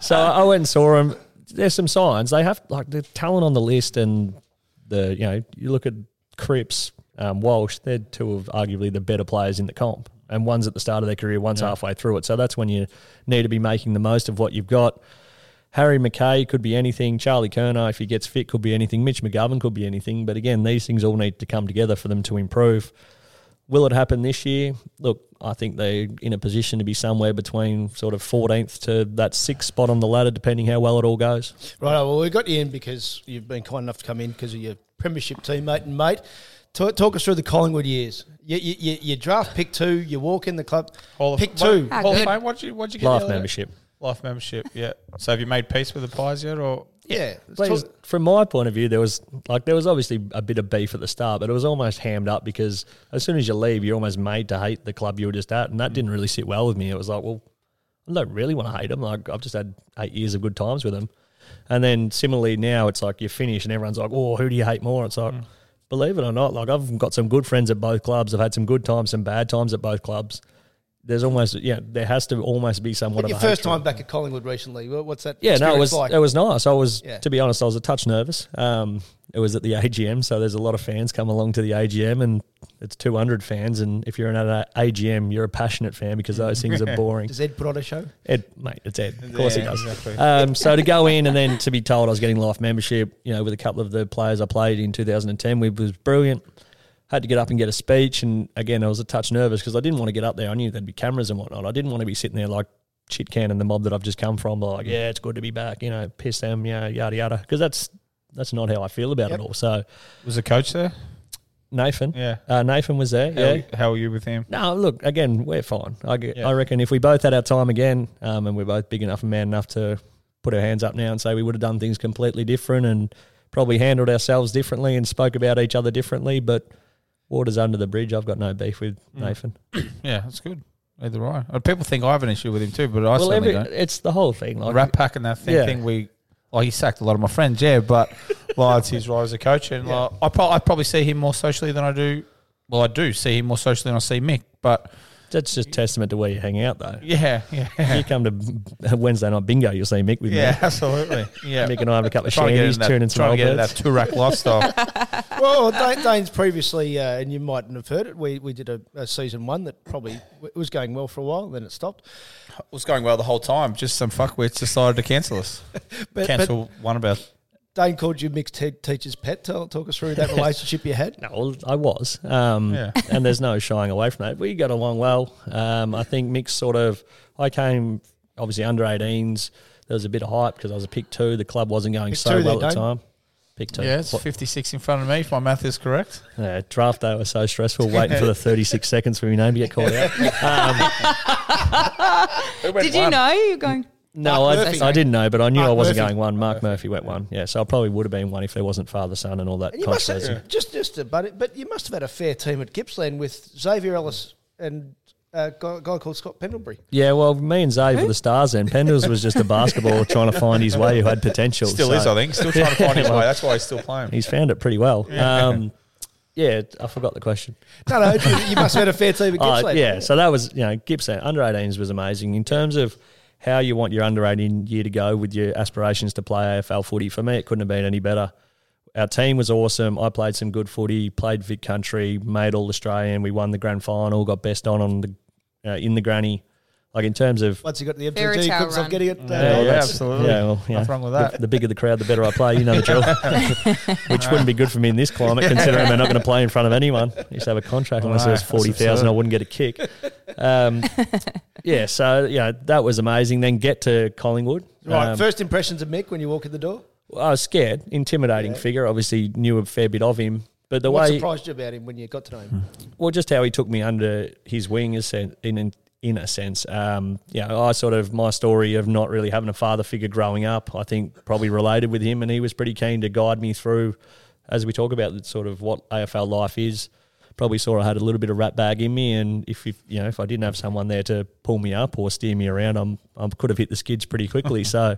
Speaker 4: (laughs) so I went and saw them. There's some signs. They have like the talent on the list, and the you know you look at Cripps, um, Walsh. They're two of arguably the better players in the comp, and one's at the start of their career, one's halfway through it. So that's when you need to be making the most of what you've got. Harry McKay could be anything. Charlie Kerner, if he gets fit, could be anything. Mitch McGovern could be anything. But again, these things all need to come together for them to improve. Will it happen this year? Look, I think they're in a position to be somewhere between sort of 14th to that sixth spot on the ladder, depending how well it all goes.
Speaker 1: Right, well, we got you in because you've been kind enough to come in because of your premiership teammate and mate. Talk, talk us through the Collingwood years. You, you, you, you draft pick two, you walk in the club,
Speaker 3: Hall of-
Speaker 1: pick
Speaker 3: what-
Speaker 1: two.
Speaker 2: Ah,
Speaker 3: Hall of
Speaker 2: good.
Speaker 3: Fame what'd you, what'd you get the
Speaker 4: Life
Speaker 3: other day?
Speaker 4: membership.
Speaker 3: life membership yeah so have you made peace with the pies yet or
Speaker 1: Yeah, let's
Speaker 4: Please,
Speaker 1: talk-
Speaker 4: from my point of view, there was like there was obviously a bit of beef at the start, but it was almost hammed up because as soon as you leave, you're almost made to hate the club you were just at, and that didn't really sit well with me. It was like, well, I don't really want to hate them. Like I've just had eight years of good times with them, and then similarly now it's like you finish and everyone's like, oh, who do you hate more? It's
Speaker 1: Hmm.
Speaker 4: like, believe it or not, like I've got some good friends at both clubs. I've had some good times, some bad times at both clubs. There's almost yeah, there has to almost be somewhat of
Speaker 1: your
Speaker 4: a
Speaker 1: first
Speaker 4: hatred.
Speaker 1: time back at Collingwood recently. Wha- What's that?
Speaker 4: Yeah, no, it
Speaker 1: experience
Speaker 4: was
Speaker 1: like?
Speaker 4: it was nice. I was,
Speaker 1: Yeah.
Speaker 4: to be honest, I was a touch nervous. Um, it was at the AGM, so there's a lot of fans come along to the AGM, and it's 200 fans. And if you're an AGM, you're a passionate fan because those things are boring.
Speaker 1: Does Ed put on a show?
Speaker 4: Ed, mate, it's Ed. Of course he
Speaker 3: Yeah,
Speaker 4: does.
Speaker 3: exactly.
Speaker 4: Um, so to go in and then to be told I was getting life membership, you know, with a couple of the players I played in 2010, we was brilliant. Had to get up and get a speech, and again, I was a touch nervous because I didn't want to get up there. I knew there'd be cameras and whatnot. I didn't want to be sitting there like shit can and the mob that I've just come from, like, yeah, it's good to be back, you know, piss them, yeah, yada yada, because that's that's not how I feel about
Speaker 1: Yep.
Speaker 4: it all. So
Speaker 3: was the coach there
Speaker 4: Nathan,
Speaker 3: yeah
Speaker 4: uh, Nathan was there,
Speaker 3: how,
Speaker 4: yeah.
Speaker 3: how are you with him
Speaker 4: No, look, again, we're fine. I, g-
Speaker 3: Yeah.
Speaker 4: I reckon if we both had our time again um, and we're both big enough and man enough to put our hands up now and say we would have done things completely different and probably handled ourselves differently and spoke about each other differently, but water's under the bridge. I've got no beef with
Speaker 3: Mm.
Speaker 4: Nathan.
Speaker 3: yeah that's good either way And people think I have an issue with him too but I
Speaker 4: well,
Speaker 3: certainly
Speaker 4: every,
Speaker 3: don't
Speaker 4: it's the whole thing. Like,
Speaker 3: Rat Pack and that thing,
Speaker 4: Yeah.
Speaker 3: thing we like he sacked a lot of my friends, yeah,
Speaker 4: (laughs)
Speaker 3: but like it's his role as a coach and like I, pro- I probably see him more socially than I do well I do see him more socially than I see Mick, but
Speaker 4: that's just testament to where you hang out, though.
Speaker 3: yeah,
Speaker 4: If
Speaker 3: yeah.
Speaker 4: you come to (laughs) Wednesday night bingo, you'll see Mick
Speaker 3: (laughs)
Speaker 4: with
Speaker 3: Yeah,
Speaker 4: me.
Speaker 3: absolutely. Yeah.
Speaker 4: Mick and I have a couple of
Speaker 3: trying to get in
Speaker 4: shandies,
Speaker 3: that,
Speaker 4: tune and
Speaker 3: trying to
Speaker 4: small
Speaker 3: get in that
Speaker 4: birds.
Speaker 3: two
Speaker 4: (laughs)
Speaker 3: rack lifestyle.
Speaker 1: Well, Dane, Dane's previously, uh, and you mightn't have heard it. We, we did a, a season one that probably w- was going well for a while, then it stopped.
Speaker 3: it was going well the whole time. Just some fuckwits decided to cancel us.
Speaker 1: But, but
Speaker 3: cancel one about
Speaker 1: Dane called you mixed head teacher's pet. Tell, talk us through that relationship you had.
Speaker 4: No, well, I was, um,
Speaker 3: Yeah.
Speaker 4: (laughs) and there's no shying away from that. We got along well. Um, I think Mick's sort of. I came obviously under 18s. There was a bit of hype because I was a pick two. The club wasn't going
Speaker 1: Pick
Speaker 4: so
Speaker 1: two,
Speaker 4: well
Speaker 1: they
Speaker 4: at the
Speaker 1: don't?
Speaker 4: time. Pick two.
Speaker 3: Yeah, it's
Speaker 4: What-
Speaker 3: 56 in front of me, if my math is correct.
Speaker 4: Yeah, draft day was so stressful. Waiting for the 36 seconds for your name to get called out.
Speaker 2: Did you know you were going?
Speaker 4: No, I,
Speaker 2: Murphy.
Speaker 4: I didn't know, but I knew
Speaker 1: Mark
Speaker 4: I wasn't
Speaker 1: Murphy.
Speaker 4: going one. Mark Murphy went one. Yeah, so I probably would have been one if there wasn't father son and all that
Speaker 1: And you must have,
Speaker 4: controversy.
Speaker 1: just just a but, but you must have had a fair team at Gippsland with Xavier Ellis and uh, a guy, a guy called Scott Pendlebury.
Speaker 4: Yeah, well, me and Zay were the stars then. Pendles was just a basketball trying to find his way who had potential.
Speaker 3: Still
Speaker 4: so
Speaker 3: is, I think. Still trying to find
Speaker 4: (laughs)
Speaker 3: his
Speaker 4: Yeah,
Speaker 3: way.
Speaker 4: well,
Speaker 3: That's why he's still playing.
Speaker 4: He's found it pretty well. Um, yeah, I forgot the question.
Speaker 1: No, no, you, you must have had a fair
Speaker 3: (laughs)
Speaker 1: team at
Speaker 4: Oh,
Speaker 1: Gippsland.
Speaker 4: yeah, so that was, you know, Gippsland under 18s was amazing. In terms of how you want your under 18 year to go with your aspirations to play AFL footy, for me, it couldn't have been any better. Our team was awesome. I played some good footy, played Vic Country, made All Australian. We won the grand final, got best on on the uh, in the granny. Like in terms of
Speaker 1: Once you got the
Speaker 2: Fairy
Speaker 1: MTG, you
Speaker 2: tale
Speaker 1: couldn't stop
Speaker 2: run.
Speaker 1: getting it. uh,
Speaker 3: Yeah,
Speaker 4: well,
Speaker 3: yeah,
Speaker 4: that's-
Speaker 3: absolutely.
Speaker 4: Yeah, well,
Speaker 3: Nothing wrong with
Speaker 4: The-
Speaker 3: that.
Speaker 4: The, bigger the crowd, the better I play. You know the drill.
Speaker 3: (laughs)
Speaker 4: Which wouldn't be good for me in this climate, considering I'm not going to play in front of anyone. I used to have a contract unless
Speaker 3: No,
Speaker 4: it was
Speaker 3: that's
Speaker 4: forty
Speaker 3: absurd.
Speaker 4: thousand, I wouldn't get a kick. Um, yeah, so yeah, that was amazing. Then get to Collingwood.
Speaker 1: Right,
Speaker 4: Um,
Speaker 1: first impressions of Mick when you walk in the door.
Speaker 4: I was scared, intimidating figure. Obviously knew a fair bit of him, but the
Speaker 1: What
Speaker 4: way
Speaker 1: surprised you about him when you got to know him?
Speaker 4: well, just how he took me under his wing is sen- in in, in a sense. Um, yeah, I sort of my story of not really having a father figure growing up. I think probably related with him, and he was pretty keen to guide me through as we talk about sort of what AFL life is. Probably saw I had a little bit of rat bag in me, and if, if you know if I didn't have someone there to pull me up or steer me around, I'm I could have hit the skids pretty quickly. so.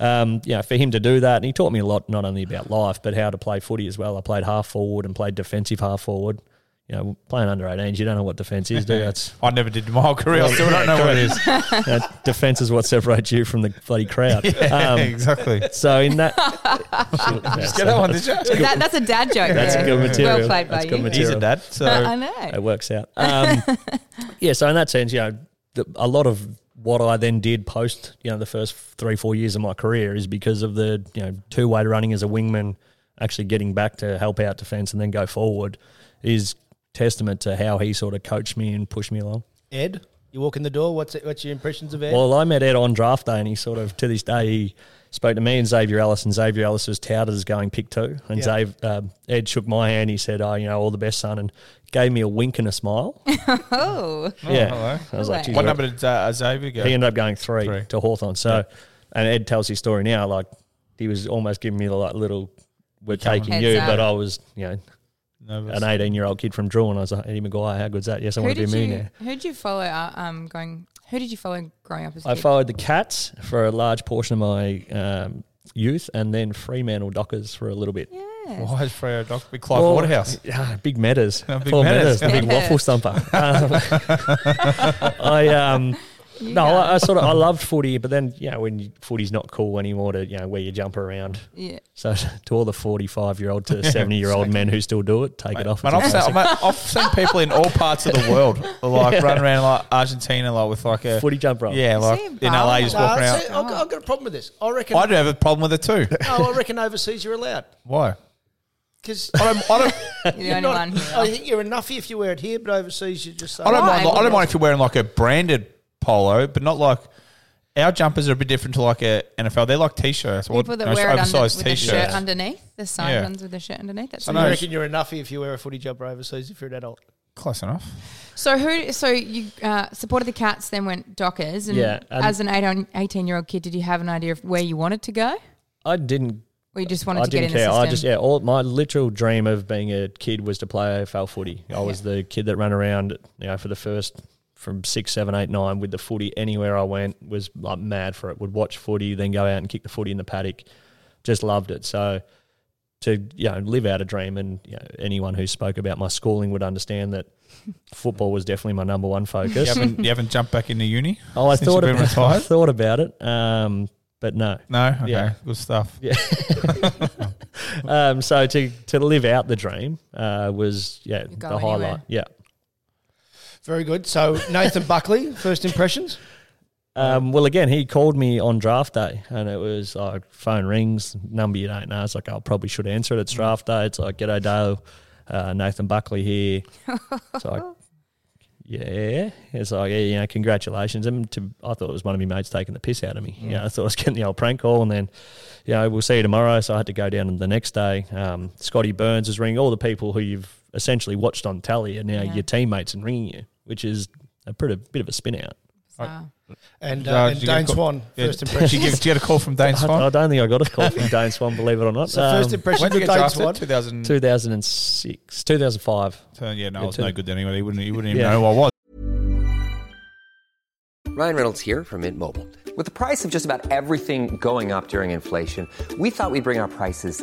Speaker 4: Um, you know, for him to do that, and he taught me a lot, not only about life, but how to play footy as well. I played half forward and played defensive half forward you know, playing under 18s, you don't know what defence is, do you? It's,
Speaker 3: I never did in my whole career. I still don't know what it is.
Speaker 4: you know, defence is what separates you from the bloody crowd. Um,
Speaker 3: exactly.
Speaker 4: so in that,
Speaker 3: Just get that one, did you? (laughs)
Speaker 2: That, that's a dad joke.
Speaker 4: That's
Speaker 2: there.
Speaker 4: good material.
Speaker 2: Well played
Speaker 4: That's
Speaker 2: by
Speaker 4: good
Speaker 2: you.
Speaker 4: material.
Speaker 3: He's a
Speaker 2: (laughs)
Speaker 3: dad,
Speaker 2: I
Speaker 3: so
Speaker 2: know.
Speaker 4: it works out. Um, yeah, so in that sense, you know, the, a lot of what I then did post, you know, the first three, four years of my career is because of the, you know, two way running as a wingman, actually getting back to help out defence and then go forward is testament to how he sort of coached me and pushed me along.
Speaker 1: Ed, you walk in the door. What's it, what's your impressions of Ed?
Speaker 4: Well, I met Ed on draft day, and he sort of to this day he spoke to me and Xavier Ellis, and Xavier Ellis was touted as going pick two, and
Speaker 1: Yeah.
Speaker 4: Xav, um, Ed shook my hand. He said, "Oh, you know, all the best, son," and gave me a wink and a smile.
Speaker 2: (laughs) Oh,
Speaker 4: yeah,
Speaker 3: hello.
Speaker 4: I was
Speaker 2: Hello.
Speaker 4: like, "Geez,
Speaker 3: what
Speaker 4: I-
Speaker 3: number did uh, Xavier go?
Speaker 4: he ended up going three,
Speaker 3: Three.
Speaker 4: to Hawthorn. So, and Ed tells his story now. Like he was almost giving me the like little, "We're taking
Speaker 2: Heads
Speaker 4: you,"
Speaker 2: up.
Speaker 4: but I was, you know,
Speaker 3: Nervous.
Speaker 4: an eighteen-year-old kid from Drew, and I was like, "Eddie McGuire, how good's that?" Yes, I
Speaker 2: who
Speaker 4: want to be a
Speaker 2: did
Speaker 4: millionaire.
Speaker 2: you? Who did you follow? Uh, um, going. Who did you follow growing up as a
Speaker 4: I
Speaker 2: kid?
Speaker 4: followed the Cats for a large portion of my um, youth, and then Fremantle Dockers for a little bit.
Speaker 2: Yeah.
Speaker 3: Why is Freo Doc with Clive
Speaker 4: Well, (laughs)
Speaker 3: Waterhouse?
Speaker 4: Yeah, big matters.
Speaker 3: Oh, big
Speaker 4: Paul
Speaker 3: Meadows.
Speaker 4: Meadows, the big
Speaker 2: Yeah. (laughs)
Speaker 4: waffle stumper. Um, (laughs) I um,
Speaker 2: You
Speaker 4: no,
Speaker 2: guys.
Speaker 4: I, I sort of I loved footy, but then you know when you- footy's not cool anymore to you know where you jump around.
Speaker 2: yeah.
Speaker 4: So (laughs) to all the forty-five-year-old
Speaker 3: (laughs)
Speaker 4: to seventy-year-old men who still do it, take it off.
Speaker 3: Man,
Speaker 4: It's
Speaker 3: I've,
Speaker 4: a
Speaker 3: seen,
Speaker 4: classic.
Speaker 3: mate, I've seen people in all parts of the
Speaker 4: (laughs)
Speaker 3: world like run around like Argentina like with like a
Speaker 4: Footy jump rope.
Speaker 3: Yeah, like
Speaker 2: See,
Speaker 3: in LA just
Speaker 1: No,
Speaker 3: walking
Speaker 1: Uh, see,
Speaker 3: around.
Speaker 1: I've, got, I've got a problem with this. I reckon.
Speaker 3: I do have a problem with
Speaker 4: (laughs)
Speaker 3: it too.
Speaker 1: no, I reckon overseas you're allowed
Speaker 3: Why?
Speaker 1: because
Speaker 3: I
Speaker 1: (laughs)
Speaker 3: don't, I don't,
Speaker 4: (laughs)
Speaker 2: You're the only one here.
Speaker 4: Oh,
Speaker 1: I think you're enough if you wear it here, but overseas you just. Say,
Speaker 3: I don't
Speaker 2: Why?
Speaker 3: mind. Like, I don't mind if you're wearing like a branded polo, but not like our jumpers are a bit different to like a NFL. They're like t-shirts, or
Speaker 2: People that
Speaker 3: most
Speaker 2: wear it under,
Speaker 3: oversized
Speaker 2: with the shirt
Speaker 3: t-shirts.
Speaker 2: underneath, the sign
Speaker 3: Yeah.
Speaker 2: runs with the shirt underneath. That's
Speaker 3: I
Speaker 1: I
Speaker 3: know.
Speaker 2: weird.
Speaker 1: reckon you're enough if you wear a footy jumper overseas if you're an adult.
Speaker 3: Close enough.
Speaker 2: So who? So you uh, supported the Cats, then went Dockers, and
Speaker 4: Yeah, and-
Speaker 2: as an 18, 18 year old kid, did you have an idea of where you wanted to go,
Speaker 4: I didn't
Speaker 2: or you just wanted
Speaker 4: I
Speaker 2: to get
Speaker 4: didn't
Speaker 2: in
Speaker 4: care.
Speaker 2: the system?
Speaker 4: I just yeah. All my literal dream of being a kid was to play AFL footy. I was the kid that ran around, you know, for the first from six, seven, eight, nine with the footy anywhere I went was like mad for it. Would watch footy, then go out and kick the footy in the paddock. Just loved it. So to you know live out a dream, and you know, anyone who spoke about my schooling would understand that (laughs) football was definitely my number one
Speaker 3: You
Speaker 4: focus.
Speaker 3: haven't, you haven't jumped back into uni.
Speaker 4: oh, I
Speaker 3: since you've
Speaker 4: thought
Speaker 3: been
Speaker 4: about, (laughs) I
Speaker 3: retired.
Speaker 4: thought about it, um, but no.
Speaker 3: No, okay,
Speaker 4: Yeah.
Speaker 3: good stuff.
Speaker 4: Yeah. (laughs) um, so to to live out the dream uh, was yeah
Speaker 2: You go
Speaker 4: the highlight.
Speaker 2: anywhere.
Speaker 4: Yeah.
Speaker 1: Very good. So Nathan Buckley, first impressions.
Speaker 4: Um, well, again, he called me on draft day, and it was like phone rings, number you don't know. It's like I probably should answer it. It's draft day. It's like, "G'day, Dale, uh, Nathan Buckley here." it's like, yeah, it's like, yeah, you know, congratulations. And to, I thought it was one of my mates taking the piss out of me. You know, I thought I was getting the old prank call, and then, you know, we'll see you tomorrow. So I had to go down the next day. Um, Scotty Burns is ringing all the people who you've essentially watched on telly, and now
Speaker 2: Yeah.
Speaker 4: your teammates and ringing you, which is a pretty bit of a spin out.
Speaker 2: Wow.
Speaker 1: (laughs) And,
Speaker 3: Yeah,
Speaker 1: uh, and
Speaker 3: did you get
Speaker 1: Dane
Speaker 3: caught-
Speaker 1: Swan,
Speaker 3: Yeah,
Speaker 1: first
Speaker 3: Did you,
Speaker 1: impression.
Speaker 3: get, did you get a call
Speaker 1: (laughs)
Speaker 3: from Dane
Speaker 4: I, I
Speaker 3: Swan?
Speaker 4: don't think I got a call from Dane Swan, believe it or not.
Speaker 1: So first
Speaker 4: Um,
Speaker 1: impression
Speaker 3: When
Speaker 1: of
Speaker 3: did you get
Speaker 1: Dane Swan.
Speaker 3: drafted? 2000.
Speaker 4: 2006, 2005.
Speaker 3: Yeah, no,
Speaker 4: Yeah,
Speaker 3: I was
Speaker 4: two-
Speaker 3: no good anyway. He wouldn't, he wouldn't even
Speaker 4: Yeah.
Speaker 3: know who
Speaker 1: (laughs)
Speaker 3: I was.
Speaker 5: Ryan Reynolds here from Mint Mobile. With the price of just about everything going up during inflation, we thought we'd bring our prices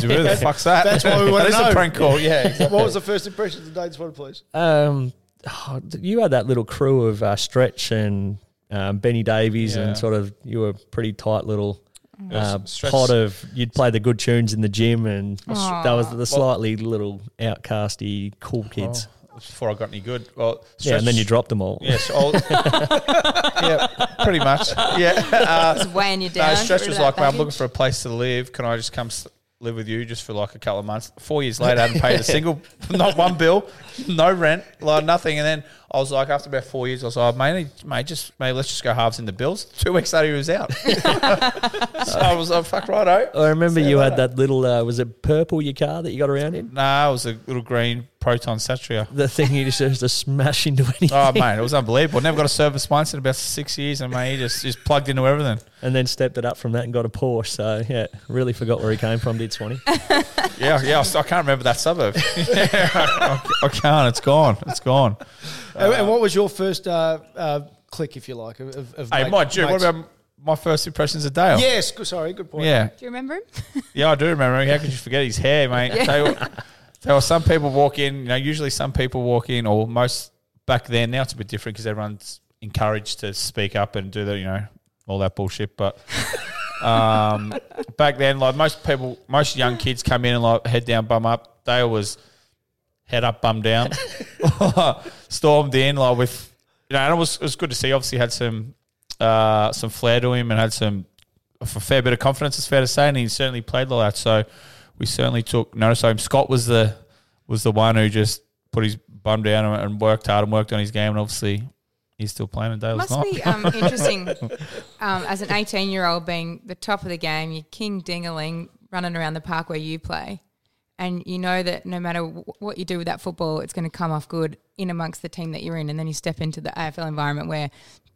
Speaker 3: Who the fuck's that?
Speaker 1: That's why we wanna
Speaker 3: (laughs) That is
Speaker 1: know.
Speaker 3: a prank call, yeah. exactly.
Speaker 1: What was the first impression of Dane Swan, please?
Speaker 4: Um, oh, you had that little crew of uh, Stretch and um, Benny Davies,
Speaker 3: Yeah.
Speaker 4: and sort of you were a pretty tight little uh,
Speaker 3: Stretch-
Speaker 4: pot of. You'd play the good tunes in the gym, and that was the slightly little outcasty cool kids.
Speaker 3: Before I got any good. Well,
Speaker 4: Yeah, and then you dropped them all.
Speaker 3: Yes, all, yeah, pretty much. Yeah, uh,
Speaker 2: Just weighing you down.
Speaker 3: no, Stretch
Speaker 2: Rid
Speaker 3: was
Speaker 2: of that
Speaker 3: like, "Mate, I'm
Speaker 2: baggage."
Speaker 3: looking for a place to live. Can I just come s- live with you just for like a couple of months?" Four years later, I hadn't paid a single, not one bill, no rent, like nothing. And then I was like, after about four years, I was like, "Mate, mate, just mate, let's just go halves in the bills." (laughs) Two weeks later, he was out. (laughs) so I was like, "Fuck righto."
Speaker 4: (laughs) I remember you had that little. Uh, was it purple your car that you got around in?
Speaker 3: Nah, it was a little green proton satria.
Speaker 4: The thing you just (laughs) used to smash into anything,
Speaker 3: Oh mate, it was unbelievable. Never got a service once in about six years, and mate, he just just plugged into everything.
Speaker 4: and then stepped it up from that and got a Porsche. So yeah, really forgot where he came from. Did twenty.
Speaker 3: Yeah, yeah, I s- I can't remember that (laughs) suburb. Yeah, I, I can't. It's gone. It's gone. Uh,
Speaker 1: and, Uh, and what was your first uh, uh, click, if you like, of, of, of
Speaker 3: Hey,
Speaker 1: mate-
Speaker 3: my dude, what
Speaker 1: mates?
Speaker 3: about my first impressions of Dale?
Speaker 1: Yes, good- sorry, good point.
Speaker 3: yeah,
Speaker 2: Do you remember?
Speaker 3: yeah. I do remember. him. How could you forget his hair, mate? Tell you what- tell you what, some people walk in. You know, usually some people walk in, or most back then. Now it's a bit different because everyone's encouraged to speak up and do the, you know, all that bullshit. But um, back then, like most people, most young kids come in and like head down, bum up. Dale was head up, bum down. (laughs) Stormed in like with, you know, and it was it was good to see. Obviously, had some uh, some flair to him and had some a fair bit of confidence. It's fair to say, and he certainly played like that. So we certainly took notice of him. Scott was the was the one who just put his bum down and- and worked hard and worked on his game, and obviously. He's still playing and Dale's
Speaker 2: Must
Speaker 3: not.
Speaker 2: be um, interesting um, as an 18 year old being the top of the game, you're king dingaling running around the park where you play. And you know that no matter w- what you do with that football, it's going to come off good in amongst the team that you're in. And then you step into the AFL environment where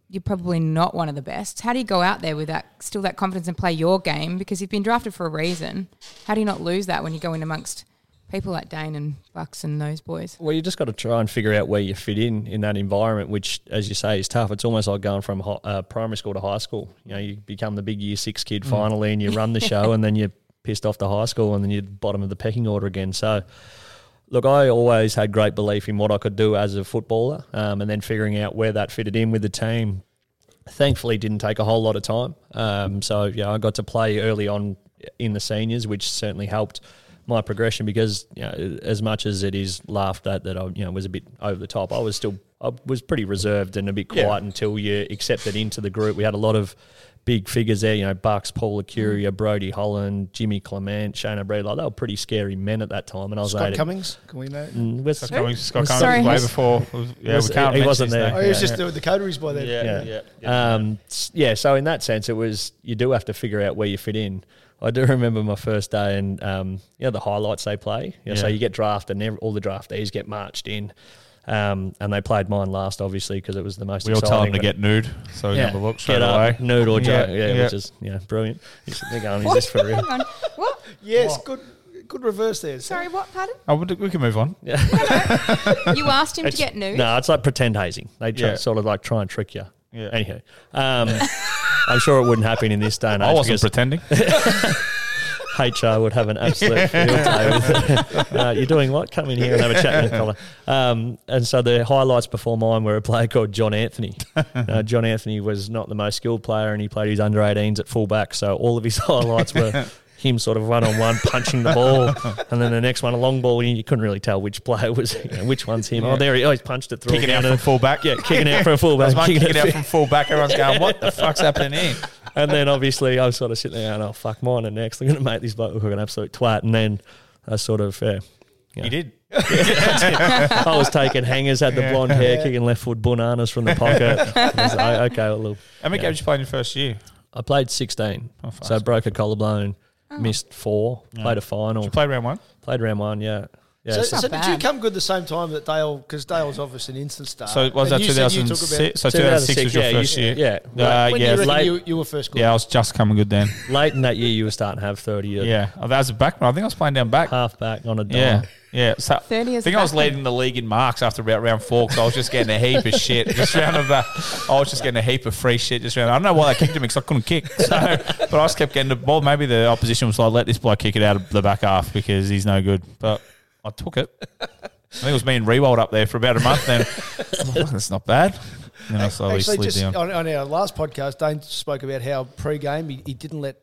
Speaker 2: you're probably not one of the best. How do you go out there with that, still that confidence and play your game? Because you've been drafted for a reason. How do you not lose that when you go in amongst people like Dane and Bucks and those boys?
Speaker 4: Well, you just got to try and figure out where you fit in in that environment, which, as you say, is tough. It's almost like going from hi- uh, primary school to high school. You know, you become the big year six kid finally, and you run the show, and then you're pissed off to high school, and then you're bottom of the pecking order again. So, look, I always had great belief in what I could do as a footballer, um, and then figuring out where that fitted in with the team. Thankfully, didn't take a whole lot of time. Um, so yeah, I got to play early on in the seniors, which certainly helped my progression because you know, as much as it is laughed at that I you know was a bit over the top, I was still I was pretty reserved and a bit
Speaker 3: Yeah.
Speaker 4: quiet until you accepted into the group. We had a lot of big figures there, you know, Bucks, Paul Acuria, Brody Holland, Jimmy Clement, Shana Breedlove. They were pretty scary men at that time, and I was
Speaker 1: Scott
Speaker 4: like,
Speaker 1: Cummings, can we know?
Speaker 3: Mm.
Speaker 4: West-
Speaker 3: Scott Cummings, Scott Cummings
Speaker 2: Sorry.
Speaker 3: was way before. Yeah,
Speaker 4: Was-
Speaker 3: we can't
Speaker 4: he
Speaker 3: mention
Speaker 4: wasn't
Speaker 3: his
Speaker 4: there.
Speaker 3: name.
Speaker 1: Oh, he was
Speaker 3: Yeah.
Speaker 1: just doing the coteries by then.
Speaker 3: Yeah,
Speaker 4: yeah. Um, s- yeah. So in that sense, it was you do have to figure out where you fit in. I do (laughs) remember my first day, and um, you know the highlights they play. You know, So
Speaker 6: Yeah.
Speaker 4: you get drafted, and every- all the draftees get marched in, um, and they played mine last, obviously, because it was the most.
Speaker 3: We all tell
Speaker 4: exciting,
Speaker 3: them to
Speaker 4: but-
Speaker 3: get nude, so we
Speaker 4: yeah,
Speaker 3: never look
Speaker 4: get
Speaker 3: straight
Speaker 4: up,
Speaker 3: away.
Speaker 4: nude or
Speaker 3: Yeah,
Speaker 4: joke, yeah,
Speaker 3: yeah.
Speaker 4: which is yeah, brilliant. You're sitting
Speaker 3: (laughs)
Speaker 4: there going, is this
Speaker 2: (laughs)
Speaker 4: for real?
Speaker 2: Hang on. What?
Speaker 1: Yes, good good reverse there. Sorry,
Speaker 2: what?
Speaker 4: (laughs)
Speaker 2: Pardon?
Speaker 3: Oh, we we can move on.
Speaker 2: You asked him to
Speaker 4: It's-
Speaker 2: get nude.
Speaker 4: No, it's like pretend hazing. They try,
Speaker 3: Yeah.
Speaker 4: sort of like try and trick you.
Speaker 3: Yeah. (laughs)
Speaker 4: Anyhow, um, I'm sure it wouldn't happen in this day and age.
Speaker 3: I wasn't
Speaker 4: because- (laughs)
Speaker 3: pretending.
Speaker 4: HR would have an absolute field day with
Speaker 3: (laughs)
Speaker 4: it. Uh, you're doing what? Come in here and have a chat with Nicola. Um, and so the highlights before mine were a player called
Speaker 3: (laughs)
Speaker 4: John Anthony. Uh, John Anthony was not the most skilled player and he played his under 18s at fullback. So all of his (laughs) highlights
Speaker 3: (laughs)
Speaker 4: were him sort of one on one punching the ball. And then the next one, a long ball, and you couldn't really tell which player was, you know, which one's him. Oh, there he oh, he's punched it through.
Speaker 3: Kicking out
Speaker 4: down to-
Speaker 3: from fullback.
Speaker 4: Yeah, kicking out
Speaker 3: (laughs)
Speaker 4: from fullback.
Speaker 3: That's mine, kicking out
Speaker 4: fi-
Speaker 3: from fullback. Everyone's going, what
Speaker 4: (laughs)
Speaker 3: the fuck's happening here?
Speaker 4: and then obviously I was sort of sitting there and oh fuck mine and next I'm going to make this bloke look like an absolute twat and then I sort of uh, you
Speaker 3: You did.
Speaker 4: I was taking hangers had the
Speaker 3: Yeah.
Speaker 4: blonde hair
Speaker 3: Yeah.
Speaker 4: kicking left foot bananas from
Speaker 3: (laughs)
Speaker 4: the pocket I was like, okay well, look
Speaker 3: How many games did you play in your first year?
Speaker 4: I played 16 so I broke a collarbone missed four
Speaker 3: Oh, Yeah.
Speaker 4: played a final
Speaker 3: Did you play round one?
Speaker 4: played round one yeah yeah
Speaker 1: so so did you come good the same time that Dale? Because Dale's obviously an instant star.
Speaker 4: Uh,
Speaker 3: So was
Speaker 1: And
Speaker 3: that
Speaker 1: you said you took about-
Speaker 3: 2006? So 2006 was your
Speaker 4: yeah, you-
Speaker 3: first year.
Speaker 4: yeah.
Speaker 3: Uh,
Speaker 1: When do you
Speaker 3: yeah.
Speaker 1: reckon
Speaker 3: late-
Speaker 1: you- you were first good?
Speaker 3: Yeah, I was just coming good then.
Speaker 4: late in that year you were starting to have 30 yeah,
Speaker 3: Yeah, oh, that was a backman. I think I was playing down back,
Speaker 4: half back on a dime.
Speaker 3: Yeah, yeah. So
Speaker 2: 30
Speaker 3: I
Speaker 2: as
Speaker 3: think
Speaker 2: a
Speaker 3: I was
Speaker 2: backman.
Speaker 3: leading the league in marks after about round four because I was just getting a heap of shit. Just round of, uh, I was just getting a heap of free shit. Just round. I don't know why they kicked him because I couldn't kick. (laughs) So, but I just kept getting the ball. Maybe the opposition was like, "Let this bloke kick it out of the back half because he's no good." But I took it. I think it was me and Rewald up there for about a month. Then (laughs) I'm like, that's not bad. And then I slowly
Speaker 1: Actually,
Speaker 3: slid
Speaker 1: just
Speaker 3: down.
Speaker 1: on, on our last podcast, Dane spoke about how pre-game he, he didn't let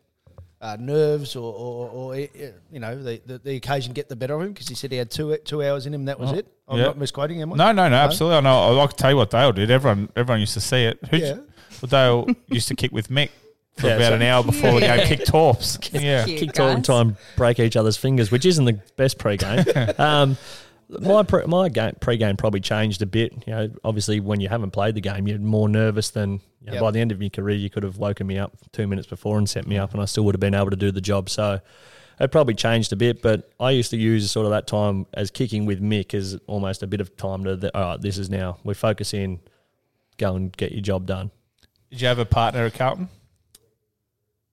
Speaker 1: uh, nerves or, or, or eh, eh, you know the, the, the occasion get the better of him because he said he had two two hours in him. That was
Speaker 3: Oh,
Speaker 1: it. I'm
Speaker 3: yeah.
Speaker 1: not misquoting him.
Speaker 3: No, no, no, absolutely. I know. I- I can tell you what Dale did. Everyone, everyone used to see it. Who,
Speaker 1: Yeah.
Speaker 3: well, Dale used to kick with Mick for
Speaker 4: Yeah,
Speaker 3: about
Speaker 4: so-
Speaker 3: an hour before the game. Kick
Speaker 4: (laughs)
Speaker 3: torps. Yeah,
Speaker 4: kick kicked all the time, break each other's fingers, which isn't the best pre-game. um, my pre- my game pre-game probably changed a bit. You know, obviously when you haven't played the game, you're more nervous than. You know,
Speaker 1: Yep.
Speaker 4: By the end of my career, you could have woken me up two minutes before and set me up, and I still would have been able to do the job. So. It probably changed a bit, but I used to use sort of that time as kicking with Mick as almost a bit of time to, the, all right, this is now, we focus in, go and get your job done.
Speaker 3: Did you have a partner at Carlton?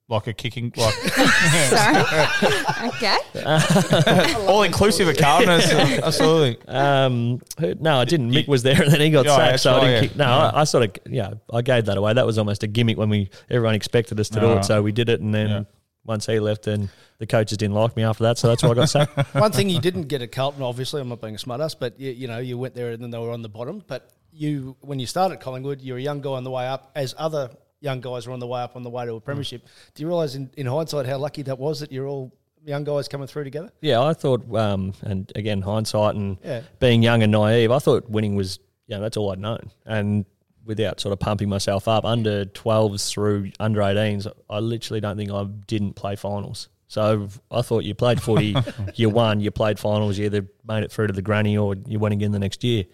Speaker 3: Like a kicking, like
Speaker 2: (laughs)
Speaker 4: (laughs)
Speaker 3: (laughs)
Speaker 2: Okay.
Speaker 3: all inclusive at
Speaker 4: (laughs)
Speaker 3: Carlton. That's- Absolutely.
Speaker 4: Um, who- no, I didn't. Mick was there, and then he got
Speaker 3: Yeah,
Speaker 4: sacked,
Speaker 3: that's
Speaker 4: so I
Speaker 3: right,
Speaker 4: didn't.
Speaker 3: yeah.
Speaker 4: Kick. No, I, I sort of yeah, I gave that away. That was almost a gimmick when we everyone expected us to do
Speaker 3: Alright.
Speaker 4: it, so we did it, and then.
Speaker 3: Yeah.
Speaker 4: Once he left, then the coaches didn't like me after that, so that's why I got sacked.
Speaker 1: One
Speaker 3: (laughs)
Speaker 1: thing you didn't get at Carlton, obviously, I'm not being a smartass, but you, you know you went there and then they were on the bottom. But you, when you started Collingwood, you were a young guy on the way up, as other young guys were on the way up on the way to a
Speaker 3: Mm.
Speaker 1: premiership. Do you realise in, in hindsight how lucky that was that you're all young guys coming through together?
Speaker 4: yeah, I thought, um, and again, hindsight and
Speaker 1: Yeah.
Speaker 4: being young and naive, I thought winning was yeah, that's all I'd known, and without sort of pumping myself up under 12s through under 18s, I literally don't think I didn't play finals. So I thought you played footy, you won, you played finals, you either made it through to the granny or you went again the next year.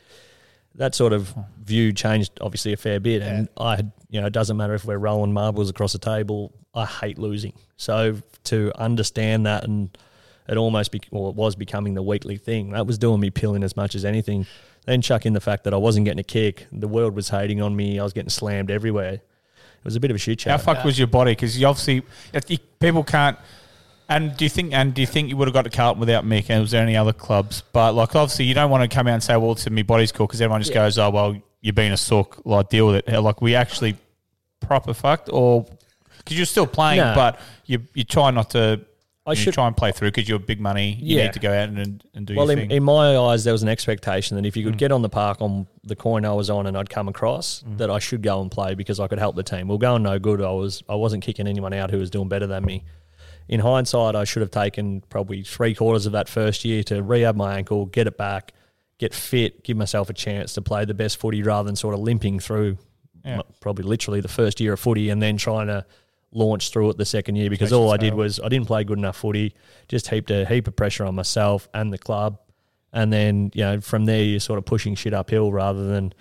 Speaker 4: That sort of view changed obviously a fair bit, and I had you know it doesn't matter if we're rolling marbles across the table. I hate losing, so to understand that and it almost bec well, it was becoming the weekly thing. That was doing me peeling as much as anything. Then chuck in the fact that I wasn't getting a kick, the world was hating on me, I was getting slammed everywhere. It was a bit of a shit show.
Speaker 3: How fucked was your body? Because you obviously if you- people can't. And do you think? And do you think you would have got to Carlton without Mick? And was there any other clubs? But like, obviously, you don't want to come out and say, "Well, to me, body's cool," because everyone just
Speaker 4: Yeah.
Speaker 3: goes, "Oh, well, you're being a sook. Like, deal with it." How, Like, we actually proper fucked, or because you're still playing,
Speaker 4: No.
Speaker 3: but you you try not to.
Speaker 4: I
Speaker 3: you
Speaker 4: should-
Speaker 3: try and play through because you're big money. You
Speaker 4: Yeah.
Speaker 3: need to go out and, and do
Speaker 4: well,
Speaker 3: your
Speaker 4: in,
Speaker 3: thing.
Speaker 4: in my eyes, there was an expectation that if you could get on the park on the coin I was on and I'd come across, that I should go and play because I could help the team. Well, going no good, I was I wasn't kicking anyone out who was doing better than me. In hindsight, I should have taken probably three quarters of that first year to rehab my ankle, get it back, get fit, give myself a chance to play the best footy rather than sort of limping through
Speaker 3: Yeah.
Speaker 4: m- probably literally the first year of footy and then trying to launch through it the second year because
Speaker 3: Takes
Speaker 4: all
Speaker 3: its
Speaker 4: I did
Speaker 3: toll.
Speaker 4: was I didn't play good enough footy, just heaped a heap of pressure on myself and the club. And then, you know, from there, you're sort of pushing shit uphill rather than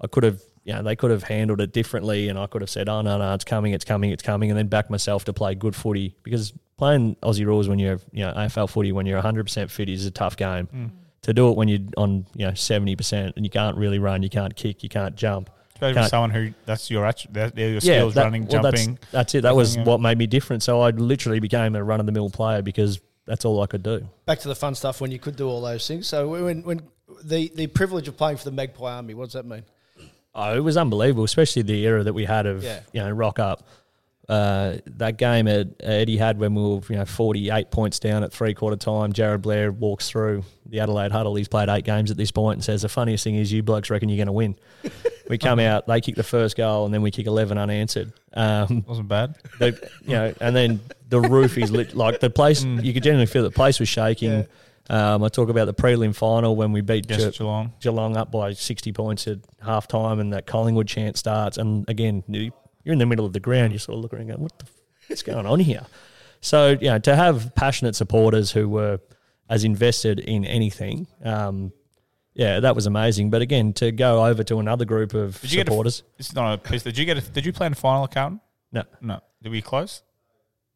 Speaker 4: I could have you know, they could have handled it differently and I could have said, oh, no, no, it's coming, it's coming, it's coming, and then back myself to play good footy because playing Aussie rules when you're, you know, AFL footy when you're 100% fit is a tough game.
Speaker 3: Mm.
Speaker 4: To do it when you're on, you know, 70% and you can't really run, you can't kick, you can't jump.
Speaker 3: Especially
Speaker 4: can't-
Speaker 3: with someone who that's your actu- that- they're your skills,
Speaker 4: that-
Speaker 3: running,
Speaker 4: well, that's-
Speaker 3: jumping.
Speaker 4: That's, it. That was
Speaker 3: everything, yeah.
Speaker 4: what made me different. So I literally became a run of the mill player because that's all I could do.
Speaker 1: Back to the fun stuff when you could do all those things. So when when the the privilege of playing for the Magpie Army, what does that mean?
Speaker 4: Oh, it was unbelievable, especially the era that we had of
Speaker 1: Yeah.
Speaker 4: you know rock up. Uh, that game at Eddie had when we were you know forty eight points down at three quarter time. Jared Blair walks through the Adelaide huddle. He's played eight games at this point and says the funniest thing is you blokes reckon you're going to win. we come
Speaker 3: Uh-huh.
Speaker 4: out, they kick the first goal, and then we kick eleven unanswered. Um,
Speaker 3: Wasn't bad.
Speaker 4: They, you know, and then the roof is lit like the place.
Speaker 3: Mm.
Speaker 4: You could generally feel the place was shaking. Um, I talk about the prelim final when we beat
Speaker 3: Yes,
Speaker 4: Ge-
Speaker 3: Geelong.
Speaker 4: Geelong up by 60 points at half time and that Collingwood chant starts. And again, you- you're in the middle of the ground, you're sort of looking around, going, what the f- is going on here? So, you know, to have passionate supporters who were as invested in anything, um, yeah, that was amazing. But again, to go over to another group of
Speaker 3: Did you
Speaker 4: supporters,
Speaker 3: Get a, it's not a piece. Did you get? A, did you play in the final, Carlton?
Speaker 4: No.
Speaker 3: no. Did we close?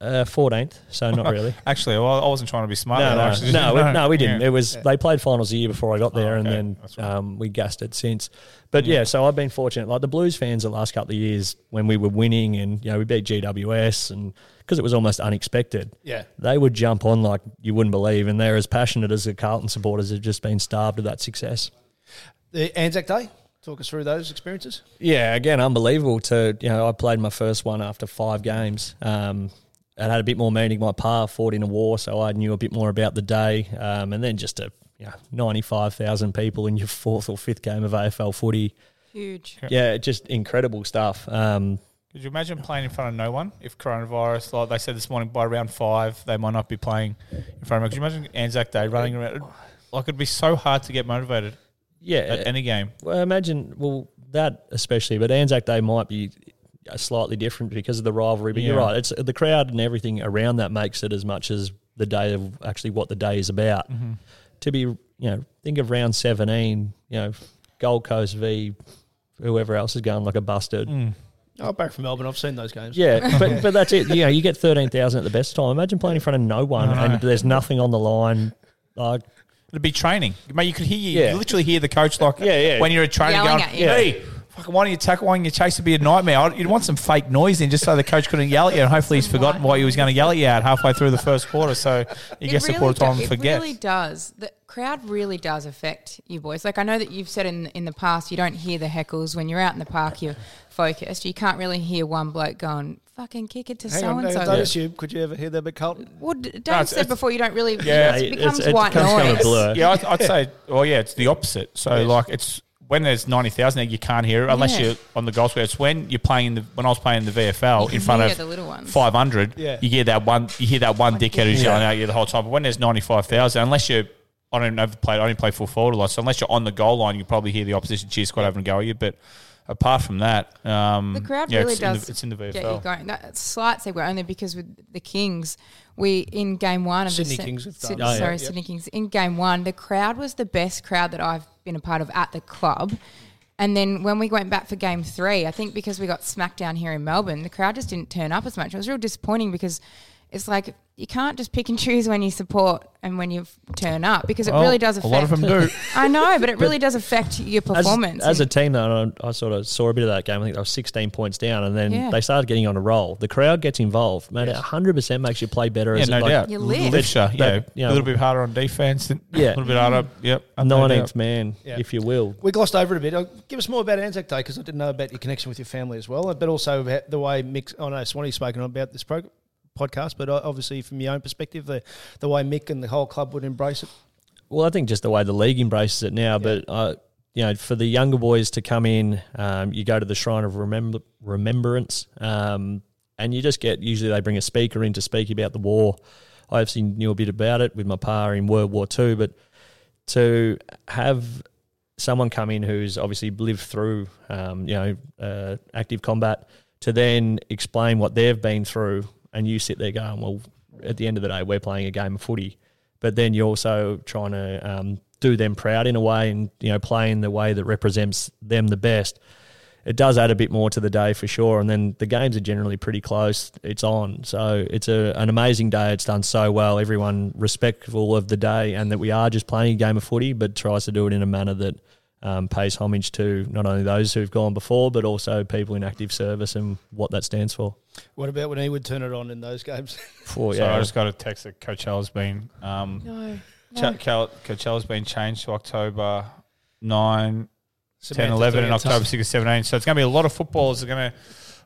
Speaker 4: uh, 14th,
Speaker 3: (laughs)
Speaker 4: so not really.
Speaker 3: actually, well, I wasn't trying to be smart.
Speaker 4: No,
Speaker 3: there,
Speaker 4: no,
Speaker 3: (laughs) actually.
Speaker 4: no, we, no, we didn't.
Speaker 3: Yeah. Oh,
Speaker 4: It was they played finals the year before I got there, and then um, we gassed it since. But yeah. so I've been fortunate. Like the Blues fans, the last couple of years when we were winning, and you know we beat GWS, and because it was almost unexpected,
Speaker 1: Yeah.
Speaker 4: they would jump on like you wouldn't believe, and they're as passionate as the Carlton supporters have just been starved of that success.
Speaker 1: The Anzac Day. Talk us through those experiences.
Speaker 4: Yeah, again, unbelievable. To you know, I played my first one after five games. Um, and had a bit more meaning. My par fought in a war, so I knew a bit more about the day. Um, and then just a you know, ninety-five thousand people in your (laughs) fourth or fifth game of AFL footy.
Speaker 2: Huge.
Speaker 4: Yeah, just incredible stuff. Um,
Speaker 3: Could you imagine playing in front of no one if coronavirus, like they said this morning, by round five they might not be playing in front of? Could you imagine Anzac Day running around? Like it'd be so hard to get motivated.
Speaker 4: Yeah,
Speaker 3: at any game.
Speaker 4: Well, imagine well that especially, but Anzac Day might be uh, slightly different because of the rivalry. But you're
Speaker 3: Yeah.
Speaker 4: right; it's the crowd and everything around that makes it as much as the day of actually what the day is about.
Speaker 3: Mhm.
Speaker 4: To be, you know, think of round seventeen. You know, Gold Coast v whoever else is going like a bastard.
Speaker 3: Mm.
Speaker 1: Oh, back from Melbourne. I've seen those games.
Speaker 3: (laughs)
Speaker 4: Yeah, but but that's it. You know, you get thirteen thousand at the best time. Imagine playing in front of no one
Speaker 3: I know.
Speaker 4: and there's nothing on the line. Like
Speaker 3: It'd be training. Mate, you could hear you,
Speaker 4: Yeah.
Speaker 3: you literally hear the coach like when you're a trainer
Speaker 4: Yelling
Speaker 3: going,
Speaker 4: at you. Yeah.
Speaker 3: hey, fucking why don't you tackle, why don't you chase? It'd be a nightmare. I'd- You'd want some fake noise in just so the coach couldn't yell at you. And hopefully he's forgotten why he was going to yell at you at halfway through the first quarter. So you get the quarter
Speaker 2: do-
Speaker 3: time and
Speaker 2: it
Speaker 3: forget.
Speaker 2: really does. The crowd really does affect you boys. Like I know that you've said in in the past, you don't hear the heckles when you're out in the park. You're focused. You can't really hear one bloke going fucking kick it to
Speaker 1: Hang
Speaker 2: so
Speaker 1: on,
Speaker 2: and
Speaker 1: no,
Speaker 2: so.
Speaker 1: don't assume. Could you ever hear that, but Carlton?
Speaker 2: Well, D- Dave
Speaker 1: it's-
Speaker 2: said
Speaker 1: it's-
Speaker 2: before you don't really.
Speaker 1: Yeah,
Speaker 2: it
Speaker 1: it-
Speaker 2: becomes
Speaker 1: it's- it
Speaker 2: white
Speaker 1: becomes
Speaker 2: noise.
Speaker 1: kind of a blur.
Speaker 3: Yeah, I'd, I'd say, well, yeah, it's the opposite. So,
Speaker 1: Yes.
Speaker 3: like, it's when there's 90,000 there, you can't hear it unless
Speaker 2: Yeah.
Speaker 3: you're on the golf course. It's when you're playing in the, when I was playing in the
Speaker 2: You
Speaker 3: VFL
Speaker 2: can
Speaker 3: in front
Speaker 2: hear
Speaker 3: of
Speaker 2: the little ones.
Speaker 3: 500,
Speaker 2: Yeah.
Speaker 3: you hear that one, you hear that one dickhead who's
Speaker 2: Yeah.
Speaker 3: yelling at you the whole time. But when there's 95,000, unless you're, I don't know, I've played, I only play full forward a lot. So, unless you're on the goal line, you probably hear the opposition cheer squad having a go at you. But apart from that, um,
Speaker 2: The crowd
Speaker 3: yeah,
Speaker 2: really
Speaker 3: it's
Speaker 2: does.
Speaker 3: In the, it's in the VFL.
Speaker 2: Get you going. That slight segue only because with the Kings, we in game one of
Speaker 1: Sydney
Speaker 2: the Sy-
Speaker 1: Kings have
Speaker 2: Syd-
Speaker 1: done that. Oh, yeah.
Speaker 2: sorry,
Speaker 1: Yep.
Speaker 2: Sydney Kings. In game one, the crowd was the best crowd that I've been a part of at the club. And then when we went back for game three, I think because we got smacked down here in Melbourne, the crowd just didn't turn up as much. It was real disappointing because it's like you can't just pick and (laughs) choose when you support and when you f- turn up because it
Speaker 4: Well,
Speaker 2: really does
Speaker 4: a
Speaker 2: affect.
Speaker 4: lot of them do.
Speaker 2: (laughs) I know, but it
Speaker 4: But
Speaker 2: really does affect your
Speaker 4: As-
Speaker 2: performance.
Speaker 4: As, a
Speaker 2: And-
Speaker 4: team, though, I, I sort of saw a bit of that game. I think they were 16 points down, and then
Speaker 2: Yeah.
Speaker 4: they started getting on a roll. The crowd gets involved. Man, it 100% makes you play better.
Speaker 3: Yeah,
Speaker 4: as it,
Speaker 3: no
Speaker 4: like,
Speaker 3: doubt. You live. Lifts ya, yeah. A little bit harder on defense. A little bit harder. Yep. no doubt.
Speaker 4: 19th man,
Speaker 1: Yeah.
Speaker 4: if you will.
Speaker 1: We glossed over it a bit. Uh, Give us more about Anzac Day because I didn't know about your connection with your family as well, uh, but also about the way Mick. I know Swanee's spoken about this pro- podcast, but uh, obviously from your own perspective, the the way Mick and the whole club would embrace it.
Speaker 4: Well, I think just the way the league embraces it now, but uh, you know, for the younger boys to come in, um, you go to the Shrine of Remember- Remembrance, um, and you just get. Usually, they bring a speaker in to speak about the war. I obviously knew a bit about it with my pa in World War Two, but to have someone come in who's obviously lived through, um, you know, uh, active combat, to then explain what they've been through, and you sit there going, well, at the end of the day, we're playing a game of footy, but then you're also trying to um, do them proud in a way, and you know, playing the way that represents them the best. it does add a bit more to the day for sure. And then the games are generally pretty close. It's on, so it's a, an amazing day. It's done so well. Everyone respectful of the day and that we are just playing a game of footy, but tries to do it in a manner that um, pays homage to not only those who've gone before, but also people in active service and what that stands for.
Speaker 1: What about when he would turn it on in those games? (laughs)
Speaker 4: For
Speaker 3: Sorry, I just got a text that Coachella's been um,
Speaker 1: No,
Speaker 3: cha-
Speaker 1: no.
Speaker 3: Cal- Coachella's been changed to October 9, 10,
Speaker 1: Samantha
Speaker 3: 11, and
Speaker 1: Dance.
Speaker 3: October 6 and 17. So it's going to be a lot of footballers are going to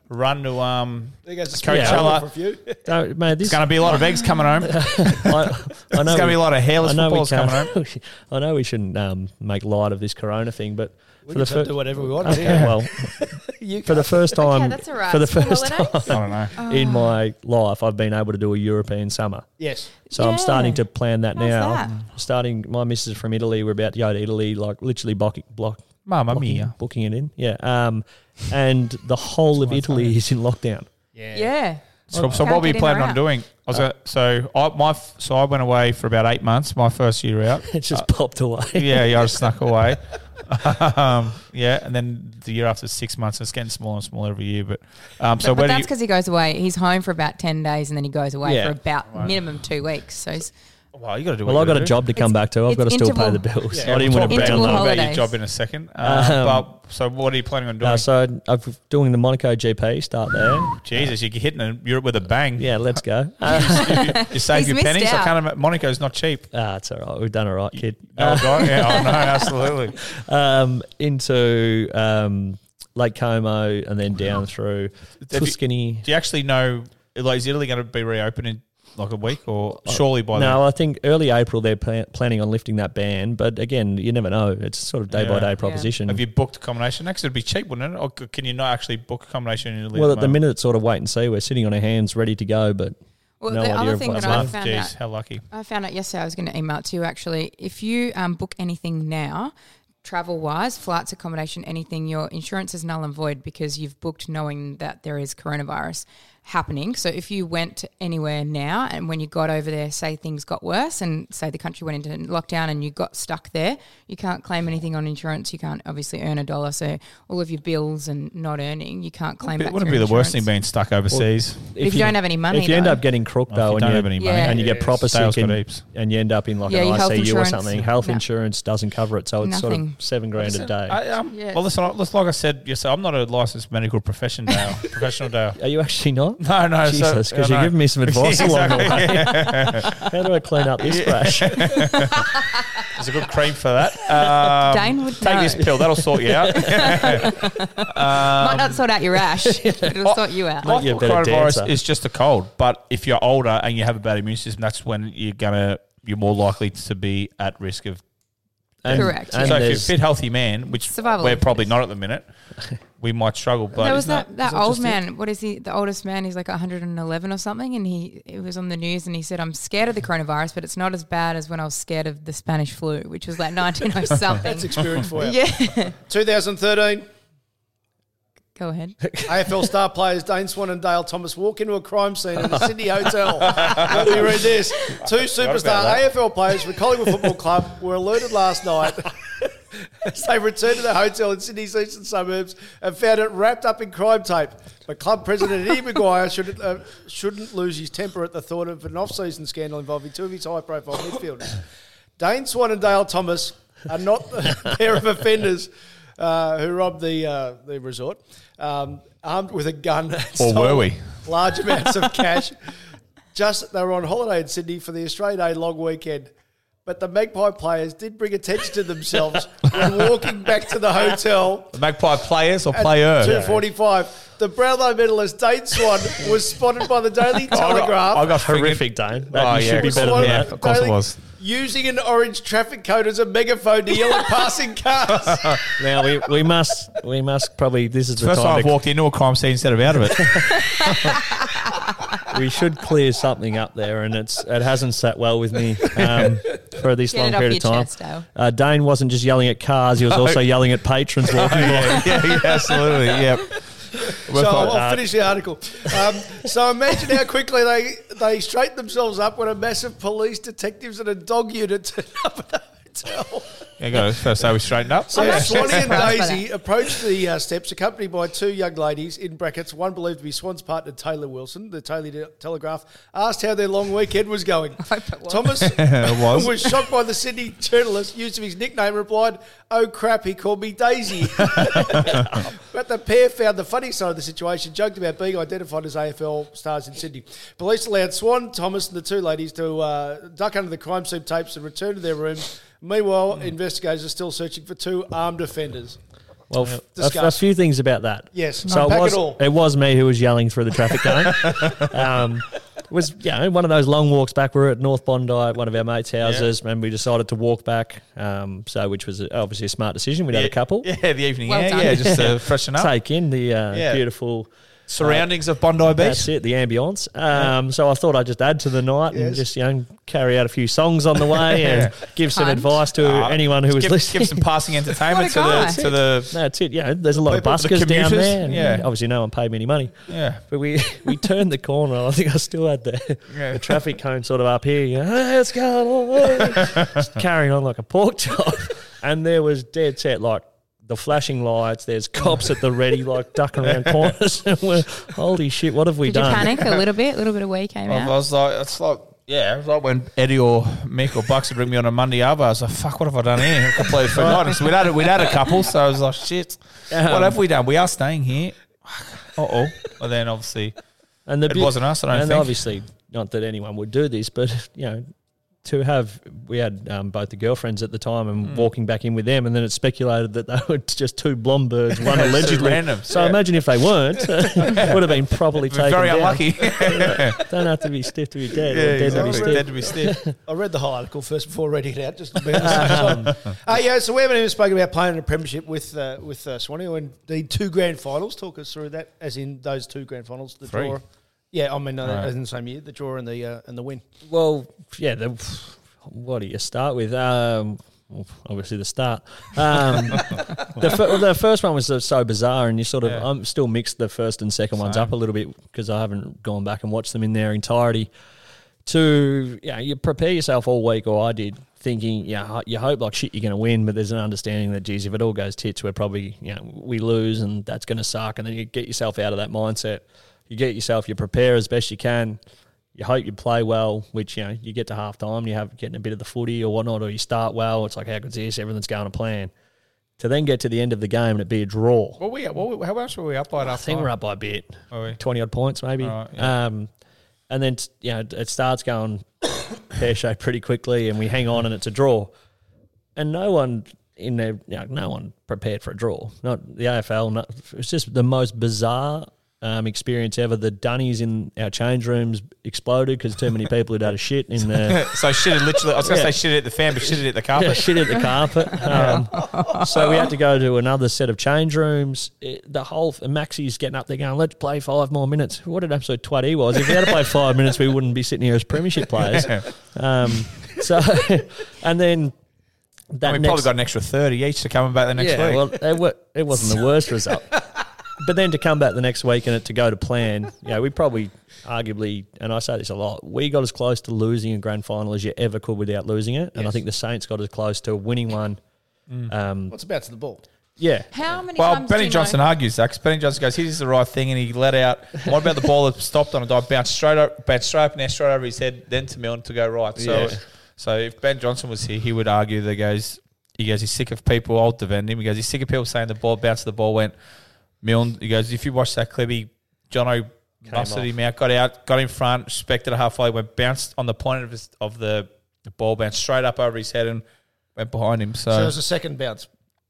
Speaker 3: run to um,
Speaker 1: There goes the
Speaker 4: Yeah.
Speaker 3: Coachella.
Speaker 1: for a few. (laughs)
Speaker 4: No, Uh, mate,
Speaker 3: It's
Speaker 4: (laughs)
Speaker 3: gonna be a lot of eggs
Speaker 2: (laughs)
Speaker 3: coming home. It's gonna be a lot of hairless footballs coming
Speaker 4: home. I know (laughs) we shouldn't um, make light of this Corona thing, but
Speaker 1: We can do whatever we want
Speaker 4: Okay,
Speaker 1: here.
Speaker 4: well,
Speaker 1: (laughs) You
Speaker 4: for the
Speaker 1: can't.
Speaker 4: first
Speaker 1: Okay,
Speaker 4: time,
Speaker 1: that's all right. uh,
Speaker 4: for the
Speaker 1: School
Speaker 4: first
Speaker 1: holidays?
Speaker 4: time
Speaker 3: I
Speaker 2: (laughs)
Speaker 1: don't know.
Speaker 4: in my life, I've been able to do a European summer.
Speaker 1: Yes.
Speaker 4: So I'm starting to plan that
Speaker 1: How's
Speaker 4: now.
Speaker 1: that?
Speaker 4: Starting, my missus is from Italy. We're about to go to Italy, like literally block, block,
Speaker 3: Mamma
Speaker 4: blocking-
Speaker 3: mia.
Speaker 4: booking it in. Yeah, um, and the whole of Italy is in lockdown.
Speaker 1: Yeah.
Speaker 2: Yeah.
Speaker 3: So, so what were you planning on doing? I was gonna, so I my f- so I went away for about eight months. My first
Speaker 2: (laughs)
Speaker 3: year out,
Speaker 4: it just
Speaker 1: Uh, (laughs)
Speaker 4: popped away.
Speaker 3: Yeah, yeah, I just snuck away. (laughs) um, yeah, and then the year after six months, it's getting smaller and smaller every year. But um, so
Speaker 2: but, but
Speaker 3: where do
Speaker 2: that's
Speaker 3: you?
Speaker 2: because he goes away. He's home for about ten days, and then he goes away
Speaker 3: Yeah.
Speaker 2: for about
Speaker 3: Right.
Speaker 2: minimum two weeks. So he's
Speaker 3: Well, you got to do.
Speaker 4: Well,
Speaker 3: what
Speaker 4: I've
Speaker 3: you
Speaker 4: got
Speaker 3: gotta
Speaker 4: a job to
Speaker 3: do.
Speaker 4: come back to. I've got to still pay the bills. I didn't
Speaker 3: we'll
Speaker 4: want to
Speaker 3: talk
Speaker 4: brag on
Speaker 3: about
Speaker 4: that.
Speaker 3: your job in a second. Uh,
Speaker 4: Um,
Speaker 3: but, so what are you planning on doing?
Speaker 4: Uh, so I'm doing the Monaco GP. Start there.
Speaker 3: Jesus, you're hitting a- Europe with a bang.
Speaker 4: Yeah,
Speaker 3: (laughs)
Speaker 4: let's go.
Speaker 3: Ah, you save your pennies. I can't. Imagine, Monaco's not cheap.
Speaker 4: Ah, it's all right. We've done all right, kid.
Speaker 3: No, right? Yeah, I know, (laughs) absolutely.
Speaker 4: Um, into um, Lake Como and then down through
Speaker 3: Have you-
Speaker 4: Tuscany.
Speaker 3: Do you actually know? Like, is Italy going to be reopened in like a week or surely by then?
Speaker 4: Uh, no, I think early April they're pla- planning on lifting that ban, but again, you never know. It's sort of day by day proposition.
Speaker 3: Have you booked accommodation next? It'd be cheap, wouldn't it? Or c- can you not actually book accommodation in Italy?
Speaker 4: well, at the minute, it's sort of wait and see. We're sitting on our hands, ready to go, but
Speaker 2: Well,
Speaker 4: no
Speaker 2: the
Speaker 4: idea
Speaker 2: other
Speaker 4: of
Speaker 2: thing
Speaker 4: what's
Speaker 2: that I
Speaker 4: left.
Speaker 2: found out,
Speaker 3: how lucky.
Speaker 2: I found out yesterday. I was going to email it to you actually. If you um, book anything now, travel wise, flights, accommodation, anything, your insurance is null and void because you've booked knowing that there is coronavirus happening. So if you went anywhere now and when you got over there, say things got worse and say the country went into lockdown and you got stuck there, you can't claim anything on insurance. You can't obviously earn a dollar. So all of your bills and not earning, you can't claim.
Speaker 3: It
Speaker 2: back
Speaker 3: wouldn't
Speaker 2: through
Speaker 3: be the worst thing
Speaker 2: insurance.
Speaker 3: being stuck overseas.
Speaker 2: If If you you- don't have any money,
Speaker 4: If you end
Speaker 2: though.
Speaker 4: up getting crook
Speaker 3: Well, if
Speaker 4: though,
Speaker 3: you
Speaker 4: and
Speaker 3: don't
Speaker 4: you
Speaker 3: have any money,
Speaker 4: and you
Speaker 3: Yeah.
Speaker 4: get proper
Speaker 3: Sales
Speaker 4: sick,
Speaker 3: got
Speaker 4: and,
Speaker 3: heaps.
Speaker 4: and you end up in like
Speaker 3: Yeah,
Speaker 4: an
Speaker 3: your health
Speaker 4: ICU or
Speaker 3: insurance,
Speaker 4: something, health
Speaker 3: no.
Speaker 4: insurance doesn't cover it, so it's sort
Speaker 3: Nothing.
Speaker 4: of seven grand a day.
Speaker 3: I, um, Well, listen, I- listen, like I said, yes, I'm not a licensed medical profession Dale, (laughs) professional Dale.
Speaker 4: Are you actually not?
Speaker 3: (laughs) No, no.
Speaker 4: Jesus, because you're giving
Speaker 3: (laughs)
Speaker 4: me some advice along the way. How do I clean up this
Speaker 3: (laughs)
Speaker 4: crash?
Speaker 3: There's a good cream for that. Um,
Speaker 2: Dane would
Speaker 3: take
Speaker 2: know.
Speaker 3: this pill. That'll sort you
Speaker 2: (laughs)
Speaker 3: out.
Speaker 2: Might
Speaker 3: um,
Speaker 2: not sort out your
Speaker 3: (laughs)
Speaker 2: rash, but it'll sort you out.
Speaker 3: I thought coronavirus is just a cold, but if you're older and you have a bad immune system, that's when you're gonna you're more likely to be at risk of.
Speaker 4: And-
Speaker 2: Correct, and
Speaker 3: so if you're a
Speaker 2: there's-
Speaker 3: fit, healthy man, which
Speaker 2: Survival
Speaker 3: we're
Speaker 2: of the
Speaker 3: probably not at the
Speaker 4: (laughs)
Speaker 3: minute, we might struggle. But
Speaker 2: there was
Speaker 3: isn't
Speaker 2: that,
Speaker 3: that-
Speaker 2: that, old man. What is he? The oldest man. He's like 111 or something, and he it was on the news, and he said, "I'm scared of the coronavirus, but it's not as bad as when I was scared of the Spanish flu, which was like
Speaker 3: (laughs)
Speaker 2: 1900 something."
Speaker 1: That's experience for you.
Speaker 2: Yeah.
Speaker 1: 2013.
Speaker 2: Go ahead.
Speaker 1: AFL star players Dane Swan and Dale Thomas walk into a crime scene in a Sydney hotel. Let me read this. Two superstar
Speaker 6: that.
Speaker 1: AFL players from Collingwood Football Club were alerted last night as they returned to the hotel in Sydney's eastern suburbs and found it wrapped up in crime tape. But club president Eddie Maguire should, uh, shouldn't lose his temper at the thought of an off-season scandal involving two of his high-profile midfielders. Dane Swan and Dale Thomas are not the (laughs) pair of offenders uh, who robbed the uh, the resort, um, armed with a gun. and
Speaker 3: Or were
Speaker 1: stole
Speaker 3: we?
Speaker 1: Large (laughs) amounts of cash. Just they were on holiday in Sydney for the Australia Day long weekend. But the Magpie players did bring attention to themselves when walking back to the hotel
Speaker 3: the Magpie players
Speaker 2: Uh,
Speaker 3: or
Speaker 1: at
Speaker 3: player? (laughs)
Speaker 1: 2.45. The Brownlow medalist Dane Swan was spotted by the
Speaker 3: (laughs)
Speaker 1: Daily Telegraph.
Speaker 3: Oh, I got
Speaker 4: horrific, Dane. That- you should be better than
Speaker 3: Yeah,
Speaker 4: that.
Speaker 3: of course it
Speaker 1: Daily-
Speaker 3: was.
Speaker 1: Using an orange traffic code as a megaphone to yell at passing cars.
Speaker 4: now we, we must we must probably this is
Speaker 3: It's
Speaker 4: the
Speaker 3: the first time
Speaker 4: time
Speaker 3: I've
Speaker 4: to-
Speaker 3: walked into a crime scene instead of out
Speaker 4: (laughs)
Speaker 3: of it.
Speaker 4: we should clear something up there, and it's it hasn't sat well with me um, for this
Speaker 2: Get
Speaker 4: long
Speaker 2: it off
Speaker 4: period of
Speaker 2: your
Speaker 4: time.
Speaker 2: chest, Dale.
Speaker 4: uh, Dane wasn't just yelling at cars; he was
Speaker 3: No.
Speaker 4: also yelling at patrons walking
Speaker 3: Oh. yeah,
Speaker 4: by.
Speaker 3: yeah, yeah, absolutely. Yep.
Speaker 1: So I'll,
Speaker 4: Uh,
Speaker 1: I'll finish the article. Um, so imagine how quickly they they straighten themselves up when a massive police detectives and a dog unit turn up at the tell.
Speaker 3: Yeah, go. First day we straightened up.
Speaker 1: So
Speaker 3: Yeah.
Speaker 1: Swanee and Daisy approached the uh, steps, accompanied by two young ladies in brackets. One believed to be Swan's partner, Taylor Wilson. The Daily Te- Telegraph asked how their long weekend was going. Thomas
Speaker 3: Was.
Speaker 1: was. shocked by the Sydney journalist use of his nickname. Replied, "Oh crap, he called me Daisy." but the pair found the funny side of the situation. Joked about being identified as AFL stars in Sydney. Police allowed Swan, Thomas, and the two ladies to uh, duck under the crime scene tapes and return to their rooms. Meanwhile, investigators are still searching for two armed offenders.
Speaker 4: Well, f- a f- a,
Speaker 1: Discuss.
Speaker 4: few things about that.
Speaker 1: Yes,
Speaker 4: So it
Speaker 1: unpack it
Speaker 4: was,
Speaker 1: all.
Speaker 4: it was me who was yelling through the
Speaker 3: (laughs)
Speaker 4: traffic cone. um, it was you know, one of those long walks back. We were at North Bondi, at one of our mates' houses, and we decided to walk back. Um, so, which was obviously a smart decision. We'd had a couple.
Speaker 3: (laughs) Yeah, the evening. yeah, yeah, just
Speaker 4: (laughs)
Speaker 3: uh, freshen up.
Speaker 4: Take in the uh,
Speaker 3: Yeah.
Speaker 4: beautiful
Speaker 3: Surroundings of Bondi Beach.
Speaker 4: That's it, the ambience. Um, So I thought I'd just add to the night and just you know carry out a few songs on the way and
Speaker 3: (laughs) Yeah.
Speaker 4: give some
Speaker 3: Cunt.
Speaker 4: advice to
Speaker 3: Ah,
Speaker 4: anyone who
Speaker 3: just
Speaker 4: was
Speaker 3: give-
Speaker 4: listening.
Speaker 3: give some passing entertainment to the-
Speaker 4: That's
Speaker 3: to
Speaker 4: it.
Speaker 3: the-
Speaker 4: (laughs) That's it. Yeah, there's a lot of
Speaker 3: people, the
Speaker 4: buskers down
Speaker 3: commuters.
Speaker 4: there. And
Speaker 3: Yeah.
Speaker 4: obviously no one paid me any money.
Speaker 3: Yeah.
Speaker 4: but we (laughs) we turned the corner. I think I still had the,
Speaker 3: Yeah.
Speaker 4: the traffic cone sort of up here. You know, hey, what's going on?
Speaker 3: (laughs)
Speaker 4: Just carrying on like a pork chop, (laughs) and there was dead set like. The flashing lights. There's cops at the ready, like ducking around corners. (laughs) And we're, holy shit! What have we
Speaker 2: Did
Speaker 4: done?
Speaker 2: you panic a little bit? A little bit of
Speaker 3: (laughs)
Speaker 2: wee came
Speaker 3: I
Speaker 2: out.
Speaker 3: was like, it's like, yeah, it was like when Eddie or Mick or Bucks would bring me on a Monday arvo. I was like, fuck, what have I done here? I completely forgot. So we'd had, a- we'd had a couple, so I was like, shit,
Speaker 4: Um,
Speaker 3: what have we done? We are staying here. Uh oh. Well, then obviously,
Speaker 4: And the
Speaker 3: it
Speaker 4: big-
Speaker 3: wasn't us, I don't
Speaker 4: and
Speaker 3: think.
Speaker 4: obviously, not that anyone would do this, but you know, to have we had um, both the girlfriends at the time and
Speaker 3: Mm.
Speaker 4: walking back in with them, and then it's speculated that they were (laughs) just two Blombergs,
Speaker 3: (laughs)
Speaker 4: one
Speaker 3: Two
Speaker 4: allegedly.
Speaker 3: randoms,
Speaker 4: so
Speaker 3: yeah.
Speaker 4: imagine if they weren't, (laughs) would have been properly
Speaker 3: It'd be (laughs)
Speaker 4: taken.
Speaker 3: very
Speaker 4: down.
Speaker 3: unlucky.
Speaker 4: (laughs) Don't have to be stiff to be dead.
Speaker 3: Yeah,
Speaker 4: or dead
Speaker 3: exactly.
Speaker 4: to be stiff.
Speaker 3: Dead to be stiff.
Speaker 1: I read the whole article first before reading it out, just
Speaker 3: (laughs)
Speaker 1: about the same
Speaker 3: Um,
Speaker 1: time. Uh, yeah, so we haven't even spoken about playing in a premiership with uh, with uh, Swanee or indeed two grand finals. Talk us through that, as in those two grand finals, the
Speaker 4: Three.
Speaker 1: draw. Yeah, I mean, uh,
Speaker 4: Right.
Speaker 1: as in the same year, the draw and the uh, and the win.
Speaker 4: Well, yeah. The, what do you start with? Um, well, obviously, the start.
Speaker 3: (laughs)
Speaker 4: Um, the, fir- well, the first one was so- so bizarre, and you sort of
Speaker 3: Yeah.
Speaker 4: I'm still mixed the first and second ones
Speaker 3: Same.
Speaker 4: up a little bit because I haven't gone back and watched them in their entirety. To yeah, you prepare yourself all week, or I did, thinking yeah, ho- you hope like shit you're going to win, but there's an understanding that geez, if it all goes tits, we're probably you know we lose, and that's going to suck, and then you get yourself out of that mindset. You get yourself, you prepare as best you can you hope you play well, which you know you get to half time, you have getting a bit of the footy or whatnot, or you start well. It's like how good's this? Everything's going to plan. To then get to the end of the game and it be a draw.
Speaker 3: Well, we, well, we- how much were we up by
Speaker 4: I
Speaker 3: last
Speaker 4: think
Speaker 3: time?
Speaker 4: we're up by a bit,
Speaker 3: Were we?
Speaker 4: twenty odd points maybe.
Speaker 3: Alright,
Speaker 4: um, and then t- you know it- it starts going (coughs) pear shaped pretty quickly, and we hang on and it's a draw. And no one in there, you know, no one prepared for a draw. Not the AFL. Not, it's just the most bizarre um, experience ever. The dunnies in our change rooms exploded because too many people had had a shit in the
Speaker 3: (laughs) so I shitted literally, I was going to
Speaker 4: Yeah.
Speaker 3: say shit at the fan, but shitted at the carpet.
Speaker 4: yeah, shit at
Speaker 3: (laughs)
Speaker 4: the carpet. Um, so we had to go to another set of change rooms. It, the whole and Maxi's getting up there going, "Let's play five more minutes." What an absolute twat he was! If we had to play five minutes, we wouldn't be sitting here as
Speaker 3: (laughs)
Speaker 4: premiership players.
Speaker 3: Yeah.
Speaker 4: Um, so, and then
Speaker 3: And
Speaker 4: that
Speaker 3: we
Speaker 4: next,
Speaker 3: probably got an extra 30 each to come back the next
Speaker 4: yeah,
Speaker 3: week.
Speaker 4: well, it, wa- it wasn't the worst result. But then to come back the next week and it to go to plan, yeah, we probably arguably, and I say this a lot, we got as close to losing a grand final as you ever could without losing it. And I
Speaker 1: Yes.
Speaker 4: think the Saints got as close to winning one.
Speaker 3: Mm.
Speaker 4: Um,
Speaker 1: What's about to the ball?
Speaker 4: yeah.
Speaker 2: How many
Speaker 3: well,
Speaker 2: times
Speaker 3: Benny
Speaker 2: do you
Speaker 3: Johnson
Speaker 2: know?
Speaker 3: argues that because Benny Johnson goes, "Here's the right thing," and he let out. What about the ball that stopped on a dive, bounced straight up, bounced straight up, and straight over his head, then to Milne to go right. So,
Speaker 4: Yeah.
Speaker 3: so if Ben Johnson was here, he would argue that he goes, he goes, he's sick of people. I'll defend him. He goes, he's sick of people saying the ball bounced, the ball went. Milne, he goes, if you watch that clip, he Jono busted
Speaker 4: off.
Speaker 3: him out, got out, got in front, respected it halfway, went bounced on the point of his, of the, the ball, bounced straight up over his head and went behind him. So,
Speaker 1: So it was a second bounce.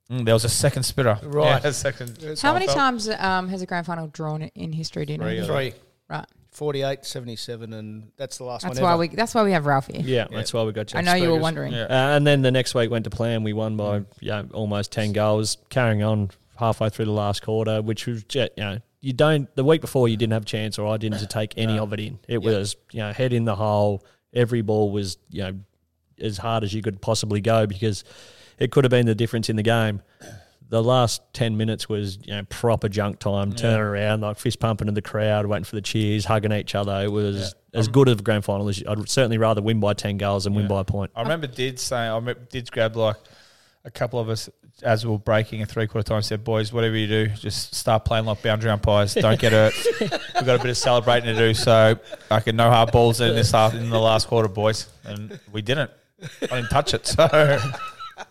Speaker 3: Mm, there was a second spitter,
Speaker 1: Right.
Speaker 3: Yeah, (laughs) a second.
Speaker 2: How many
Speaker 3: Seinfeld.
Speaker 2: times um, has a grand final drawn in history? Do you know?
Speaker 3: Three, I
Speaker 1: Three.
Speaker 2: Right.
Speaker 1: 48, 77, and that's the last
Speaker 2: That's
Speaker 1: one
Speaker 2: why
Speaker 1: ever.
Speaker 2: we. That's why we have Ralph here.
Speaker 4: Yeah, that's why we got you.
Speaker 2: I know you were wondering.
Speaker 3: Yeah.
Speaker 4: Uh, and then the next week went to plan. We won by yeah, almost 10 goals, carrying on halfway through the last quarter, which was, ju- you know, you don't, the week before you didn't have a chance or I didn't to take any of it in. It was, you know, head in the hole. Every ball was, you know, as hard as you could possibly go because it could have been the difference in the game. the last 10 minutes was you know proper junk time turning around like fist pumping in the crowd waiting for the cheers hugging each other it was as good of a grand final as you, I'd certainly rather win by 10 goals than win by a point
Speaker 3: I remember did saying I remember did grab like a couple of us as we were breaking at three quarter time said, boys, whatever you do, just start playing like boundary umpires. Don't get hurt. We've got a bit of celebrating to do, so I can no hard balls in this half in the last quarter, boys. And we didn't. I didn't touch it. So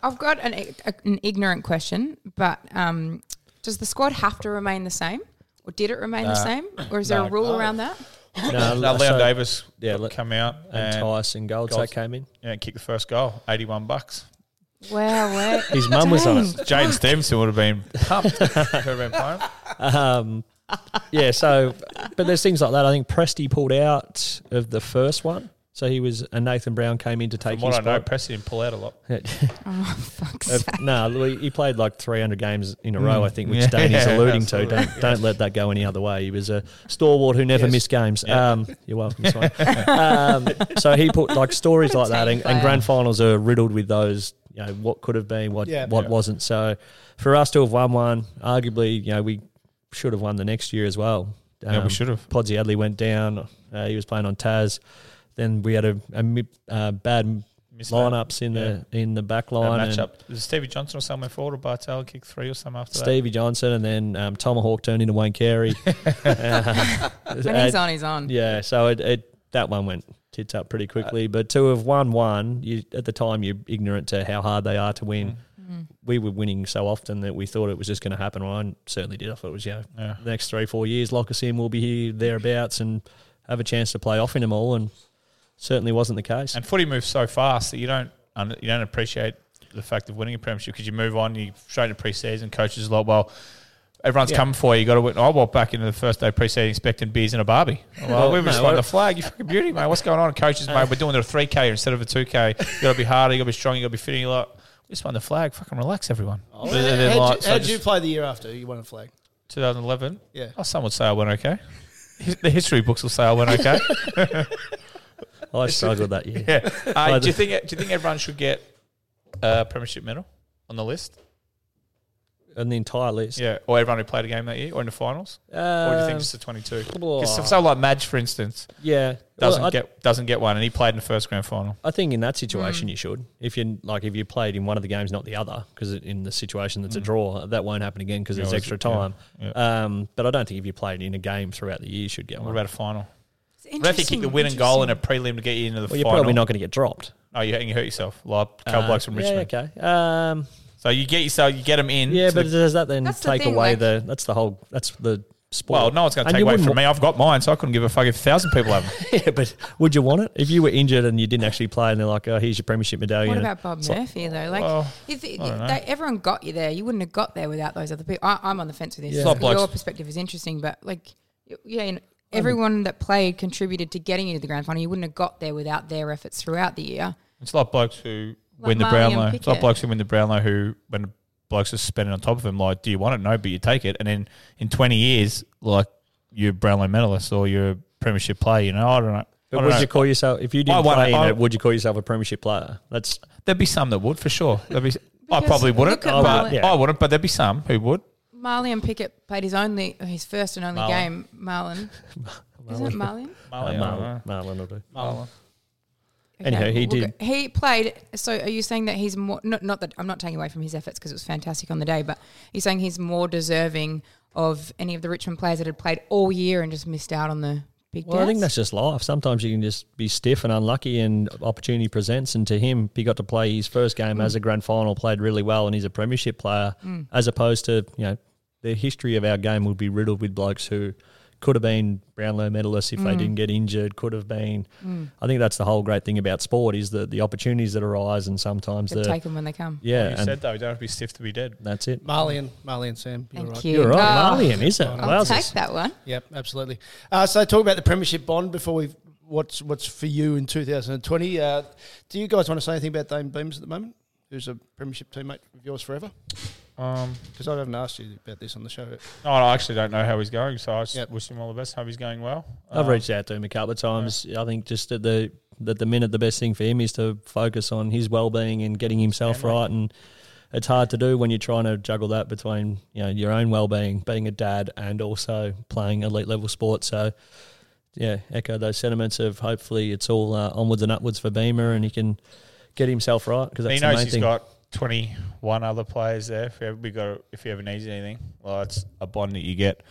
Speaker 2: I've got an, ig- an ignorant question, but um, does the squad have to remain the same? Or did it remain the
Speaker 3: Nah.
Speaker 2: same? Or is there
Speaker 3: No.
Speaker 2: a rule
Speaker 3: No.
Speaker 2: around that?
Speaker 3: (laughs) no, Leon
Speaker 4: so-
Speaker 3: Davis
Speaker 4: yeah,
Speaker 3: yeah,
Speaker 4: Le-
Speaker 3: come out
Speaker 4: and Tyson Goldsay came in.
Speaker 3: Yeah, and kicked the first goal. Eighty one bucks.
Speaker 2: Wow,
Speaker 3: (laughs)
Speaker 2: wow.
Speaker 3: Jaden Stevenson would have been pumped. Could have been pumped.
Speaker 4: um, yeah, so but there's things like that. I think Presty pulled out of the first one, so he was and Nathan Brown came in to take
Speaker 3: From what
Speaker 4: his
Speaker 3: I know,
Speaker 4: spot.
Speaker 3: Preston didn't pull out a lot.
Speaker 2: oh, fuck's
Speaker 4: Uh,
Speaker 3: (laughs)
Speaker 4: no, he- he played like 300 games in a
Speaker 3: Mm.
Speaker 4: row, I think, which
Speaker 3: Yeah,
Speaker 4: Danny's alluding to.
Speaker 3: absolutely.
Speaker 4: Don't don't let that go any other way. He was a stalwart who never
Speaker 3: Yes.
Speaker 4: missed games.
Speaker 3: Yeah.
Speaker 4: Um, you're welcome. Simon.
Speaker 3: (laughs)
Speaker 4: um, so he put like stories like that, and, and grand finals are riddled with those. You know what could have been, what
Speaker 3: Yeah.
Speaker 4: what
Speaker 3: Yeah.
Speaker 4: wasn't. So for us to have won one, arguably, you know, we should have won the next year as well. Um,
Speaker 3: Yeah, we should have.
Speaker 4: Podsy Adley went down. Uh, he was playing on Taz. Then we had a, a mi- uh, bad lineups in the in the back line. and-
Speaker 3: matchup. Was Stevie Johnson or somewhere forward or Bartel kicked three or something after
Speaker 4: Stevie Johnson, and then um, Tomahawk turned into
Speaker 3: (laughs)
Speaker 4: Wayne Carey. Uh, (laughs)
Speaker 2: When
Speaker 4: uh,
Speaker 2: he's on, he's on.
Speaker 4: Yeah, so it, it that one went tits up pretty quickly. but to have won one, you, at the time you're ignorant to how hard they are to win.
Speaker 3: Mm.
Speaker 4: We were winning so often that we thought it was just going to happen. Well, I certainly did. I thought it was, you know,
Speaker 3: Yeah.
Speaker 4: the next three, four years, lock us in, we'll be here, thereabouts, and have a chance to play off in them all. And certainly wasn't the case.
Speaker 3: that? And footy moves so fast that you don't un- you don't appreciate the fact of winning a premiership because you move on, you straight into pre-season. Coaches are like, well, everyone's
Speaker 4: Yeah.
Speaker 3: coming for you. You got to win. I walked back into the first day pre-season expecting beers and a barbie.
Speaker 1: (laughs)
Speaker 3: Well,
Speaker 4: Well,
Speaker 3: we've
Speaker 4: no,
Speaker 3: just won
Speaker 4: I-
Speaker 3: the flag. You fucking beauty, mate. What's going on, coaches, mate? We're doing it a three k instead of a two k. You got to be harder. You got to be strong. You got to be fitting. You're like, we just won the flag. Fucking relax, everyone.
Speaker 1: How'd,
Speaker 3: And then, like,
Speaker 1: you,
Speaker 3: so
Speaker 1: Oh, how'd
Speaker 3: just-
Speaker 1: you play the year after you won a flag?
Speaker 3: 2011.
Speaker 1: Yeah.
Speaker 3: Oh, some would say I went okay. His- The history books will say I went
Speaker 4: (laughs)
Speaker 3: okay. (laughs)
Speaker 4: I struggled that year.
Speaker 3: Yeah. Uh,
Speaker 4: Like
Speaker 3: do you
Speaker 4: the-
Speaker 3: think Do you think everyone should get a premiership medal on the list?
Speaker 4: on the entire list.
Speaker 3: Yeah. Or everyone who played a game that year, or in the finals? or do you think
Speaker 4: Um,
Speaker 3: just the 22?
Speaker 4: well,
Speaker 3: Because so like Madge, for instance.
Speaker 4: Yeah.
Speaker 3: Doesn't
Speaker 4: Well, I-
Speaker 3: get doesn't get one, and he played in the first grand final.
Speaker 4: I think in that
Speaker 3: Mm.
Speaker 4: situation you should. If you like, if you played in one of the games, not the other, because in the situation that's a draw, that won't happen again because
Speaker 3: Mm. Yeah,
Speaker 4: there's
Speaker 3: well,
Speaker 4: extra
Speaker 3: it's- yeah,
Speaker 4: time. Um, but I don't think if you played in a game throughout the year, you should get
Speaker 3: What
Speaker 4: one.
Speaker 3: about a final? What if you kick the winning goal in a prelim to get you into the
Speaker 4: well, you're
Speaker 3: final?
Speaker 4: probably not going to get dropped.
Speaker 3: Oh, you and you hurt yourself. Like a couple
Speaker 4: Uh,
Speaker 3: blokes from
Speaker 4: yeah,
Speaker 3: Richmond.
Speaker 4: okay. Um,
Speaker 3: So you get yourself, you get them in.
Speaker 4: yeah,
Speaker 3: to
Speaker 4: but
Speaker 3: the-
Speaker 4: does that then
Speaker 2: That's the
Speaker 4: take
Speaker 2: thing,
Speaker 4: away
Speaker 2: like-
Speaker 4: the? That's the whole. That's the sport.
Speaker 3: well, no one's going to
Speaker 4: And
Speaker 3: take
Speaker 4: you
Speaker 3: away
Speaker 4: wouldn't
Speaker 3: from
Speaker 4: wa-
Speaker 3: me. I've got mine, so I couldn't give a fuck if a thousand people have them.
Speaker 4: (laughs) yeah, but would you want it if you were injured and you didn't actually play? And they're like, "Oh, here's your premiership medallion."
Speaker 2: What
Speaker 4: and
Speaker 2: about Bob
Speaker 4: it's like,
Speaker 2: Murphy though? Like,
Speaker 3: well,
Speaker 2: if it,
Speaker 3: I don't know.
Speaker 2: they, everyone got you there, you wouldn't have got there without those other people. I, I'm on the fence with this.
Speaker 3: It's not
Speaker 2: Your
Speaker 3: blokes.
Speaker 2: perspective is interesting, but like, y- yeah, you know, everyone that played contributed to getting you to the grand final. You wouldn't have got there without their efforts throughout the year.
Speaker 3: It's like blokes who
Speaker 2: Like
Speaker 3: win the
Speaker 2: Marley and
Speaker 3: Brownlow. It's like
Speaker 2: Pickett.
Speaker 3: blokes who win the Brownlow who, when blokes are spending on top of him, like, do you want it? No, but you take it. And then in 20 years, like, you're a Brownlow medalist or you're a premiership player, you know? I don't know. I
Speaker 4: But
Speaker 3: don't
Speaker 4: would
Speaker 3: know.
Speaker 4: you call yourself if you
Speaker 3: I
Speaker 4: didn't
Speaker 3: want-
Speaker 4: play in
Speaker 3: I-
Speaker 4: it? Would you call yourself a premiership player? That's uh,
Speaker 3: there'd be some that would, for sure. There'd be, I
Speaker 2: Because
Speaker 3: probably wouldn't.
Speaker 2: look at
Speaker 3: But
Speaker 2: Marley.
Speaker 3: I wouldn't, but there'd be some who would.
Speaker 2: Marley and Pickett played his only, his first and only
Speaker 3: Marlon.
Speaker 2: game.
Speaker 4: (laughs)
Speaker 2: Marlon, isn't it Marlon?
Speaker 4: uh,
Speaker 3: Marley, I don't know.
Speaker 4: Marlon, Marlon will do.
Speaker 3: Marlon.
Speaker 4: (laughs) Anyhow,
Speaker 2: we'll
Speaker 4: he did.
Speaker 2: go- He played. So, are you saying that he's more? Not, not that I'm not taking away from his efforts because it was fantastic on the day, but you're saying he's more deserving of any of the Richmond players that had played all year and just missed out on the big.
Speaker 4: Well, I think
Speaker 2: dance?
Speaker 4: that's just life. Sometimes you can just be stiff and unlucky, and opportunity presents. And to him, he got to play his first game as a grand final, played really well, and he's a premiership player, as opposed to you know the history of our game would be riddled with blokes who could have been Brownlow medalists if they didn't get injured. Could have been. I think that's the whole great thing about sport is that the opportunities that arise, and sometimes
Speaker 2: They
Speaker 4: the
Speaker 2: take them when they come.
Speaker 4: yeah,
Speaker 3: you
Speaker 4: and
Speaker 3: said, though, you don't have to be stiff to be dead.
Speaker 4: that's it.
Speaker 1: Marley and, Marley and Sam. You're
Speaker 2: Thank
Speaker 1: right.
Speaker 2: you.
Speaker 4: You're right,
Speaker 2: Oh,
Speaker 4: Marley, is it?
Speaker 2: I'll
Speaker 4: Wowzers.
Speaker 2: take that one.
Speaker 1: Yep, absolutely. Uh, so talk about the premiership bond before we. What's what's for you in 2020? Uh, do you guys want to say anything about Dane Beams at the moment? Who's a premiership teammate of yours forever?
Speaker 3: Um,
Speaker 1: Because I haven't asked you about this on the show.
Speaker 3: no, I actually don't know how he's going, so I just
Speaker 1: Yep.
Speaker 3: wish him all the best. Hope he's going well.
Speaker 4: I've
Speaker 3: Um,
Speaker 4: reached out to him a couple of times. I think just at the that the minute the best thing for him is to focus on his well being and getting himself right and it's hard to do when you're trying to juggle that between you know your own well-being, being a dad, and also playing elite level sports. So, yeah, echo those sentiments of hopefully it's all uh, onwards and upwards for Beamer, and he can get himself right because that's
Speaker 3: he
Speaker 4: the
Speaker 3: knows
Speaker 4: main
Speaker 3: he's
Speaker 4: thing.
Speaker 3: got 21 other players there. If he ever, we got, if he ever needs anything, well, it's a bond that you get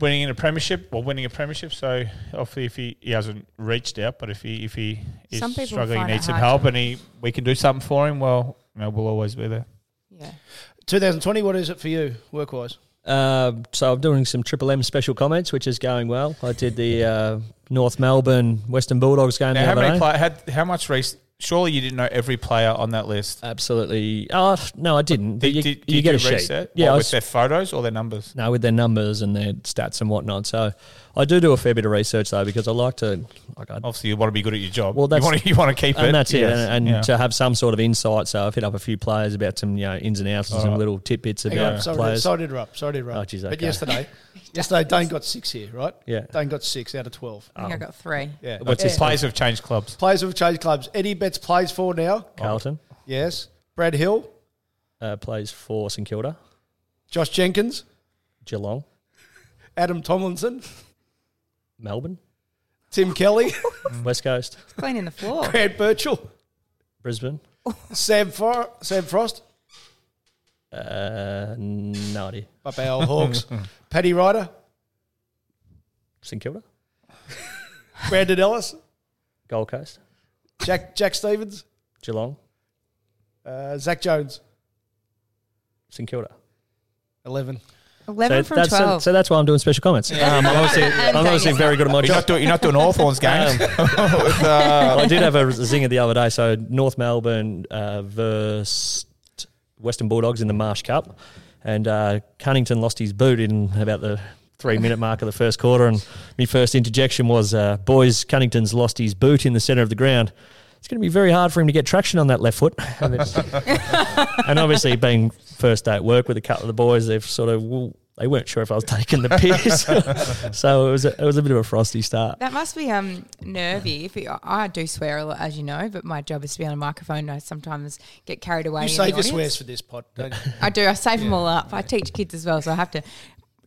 Speaker 3: winning in a premiership or winning a premiership. So hopefully, if he, he hasn't reached out, but if he if he is
Speaker 2: Some people
Speaker 3: struggling,
Speaker 2: find it
Speaker 3: needs some
Speaker 2: hard
Speaker 3: help,
Speaker 2: to-
Speaker 3: and he we can do something for him, well, you know, we'll always be there.
Speaker 1: 2020, what is it for you, work wise?
Speaker 4: Uh, so I'm doing some Triple M special comments, which is going well. I did the uh, North Melbourne Western Bulldogs game.
Speaker 3: Now,
Speaker 4: the
Speaker 3: how
Speaker 4: other
Speaker 3: many
Speaker 4: day.
Speaker 3: play, had how much race? Surely you didn't know every player on that list.
Speaker 4: Absolutely. Oh no, I didn't. But
Speaker 3: Did,
Speaker 4: you,
Speaker 3: did, did
Speaker 4: you get a
Speaker 3: do
Speaker 4: sheet.
Speaker 3: reset?
Speaker 4: Yeah,
Speaker 3: What,
Speaker 4: I
Speaker 3: with
Speaker 4: s-
Speaker 3: their photos or their numbers.
Speaker 4: No, with their numbers and their stats and whatnot. So I do do a fair bit of research though because I like to. Like I,
Speaker 3: Obviously, you want to be good at your job.
Speaker 4: well,
Speaker 3: Well,
Speaker 4: that's
Speaker 3: you want to, you want to Oh, keep
Speaker 4: and
Speaker 3: it,
Speaker 4: that's
Speaker 3: Yes.
Speaker 4: it, and, and uh,
Speaker 3: Yeah.
Speaker 4: to have some sort of insight. So I've hit up a few players about some you know ins and outs and some
Speaker 3: Alright.
Speaker 4: little tidbits
Speaker 1: Hang
Speaker 4: about
Speaker 1: on, sorry,
Speaker 4: players.
Speaker 1: sorry to interrupt. Sorry to interrupt.
Speaker 4: Oh, geez,
Speaker 1: But
Speaker 4: okay. (laughs)
Speaker 1: yesterday, yesterday Dane got six here, right?
Speaker 4: Yeah. Uh,
Speaker 1: Dane got six out of twelve.
Speaker 2: I
Speaker 4: Oh.
Speaker 2: think I got three.
Speaker 1: Yeah. Uh,
Speaker 3: What's his players have changed clubs?
Speaker 1: Players have changed clubs. Eddie Betts plays for now.
Speaker 4: Carlton
Speaker 1: Yes. Brad Hill,
Speaker 4: uh, plays for St Kilda,
Speaker 1: Josh Jenkins,
Speaker 4: Geelong,
Speaker 1: Adam Tomlinson,
Speaker 4: Melbourne,
Speaker 1: Tim Kelly, (laughs)
Speaker 4: West Coast,
Speaker 2: Cleaning the
Speaker 4: (laughs)
Speaker 2: floor.
Speaker 1: Grant Birchall,
Speaker 4: Brisbane.
Speaker 1: Sam, For- Sam Frost,
Speaker 4: Uh, no idea.
Speaker 1: Papal
Speaker 3: (laughs)
Speaker 1: Hawks, Paddy Ryder,
Speaker 4: St Kilda,
Speaker 1: Brandon Ellis,
Speaker 4: Gold Coast,
Speaker 1: Jack Jack Stevens,
Speaker 4: Geelong,
Speaker 1: uh, Zach Jones,
Speaker 4: St Kilda.
Speaker 1: eleven.
Speaker 2: Eleven
Speaker 4: so
Speaker 2: from
Speaker 4: that's, um,
Speaker 2: twelve.
Speaker 4: So that's why I'm doing special comments. Um,
Speaker 2: (laughs)
Speaker 4: I'm obviously, I'm obviously very good at my
Speaker 3: You're
Speaker 4: job. Um,
Speaker 3: not, doing, you're not doing Hawthorne's (laughs) games. With, uh,
Speaker 4: I did have a zinger the other day. So North Melbourne uh, versus Western Bulldogs in the Marsh Cup, and uh, Cunnington lost his boot in about the three minute mark of the first quarter. And my first interjection was, uh, "Boys, Cunnington's lost his boot in the centre of the ground." It's going to be very hard for him to get traction on that left foot. (laughs) And it's- and obviously being first day at work with a couple of the boys, they've sort of well, they weren't sure if I was taking the piss, (laughs) so it was a, it was a bit of a frosty start.
Speaker 2: That must be um nervy. If you, I do swear a lot, as you know, but my job is to be on a microphone. And I sometimes get carried away.
Speaker 1: You
Speaker 2: in the
Speaker 1: save your
Speaker 2: audience.
Speaker 1: swears for this pod, don't you?
Speaker 2: I do. I save them all up. I teach kids as well, so I have to,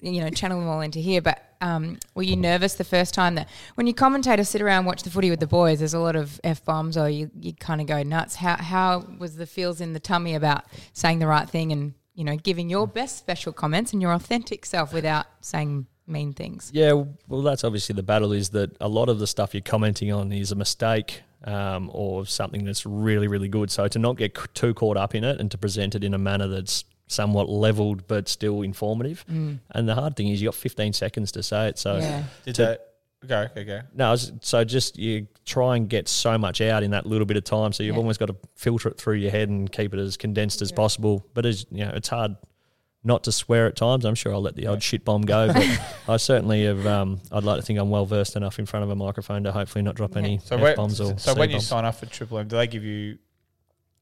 Speaker 2: you know, channel them all into here. But um, were you nervous the first time that when you commentators sit around and watch the footy with the boys? There's a lot of f bombs, or you you kind of go nuts. How how was the feels in the tummy about saying the right thing and you know giving your best special comments and your authentic self without saying mean things?
Speaker 4: Yeah, well, that's obviously the battle is that a lot of the stuff you're commenting on is a mistake um, or something that's really, really good. So to not get c- too caught up in it and to present it in a manner that's somewhat leveled but still informative. And the hard thing is you got 15 seconds to say it. So
Speaker 2: Yeah.
Speaker 3: (laughs) did
Speaker 4: to-
Speaker 3: that? Go, okay, go.
Speaker 4: no, it's- so just you try and get so much out in that little bit of time, so you've
Speaker 2: Yeah.
Speaker 4: almost got to filter it through your head and keep it as condensed as possible. But as you know, it's hard not to swear at times. I'm sure I'll let the odd shit bomb go, but
Speaker 3: (laughs)
Speaker 4: I certainly have. Um, I'd like to think I'm well versed enough in front of a microphone to hopefully not drop any
Speaker 3: So,
Speaker 4: f
Speaker 3: when,
Speaker 4: bombs or
Speaker 3: so when you
Speaker 4: C-bombs.
Speaker 3: sign up for Triple M, do they give you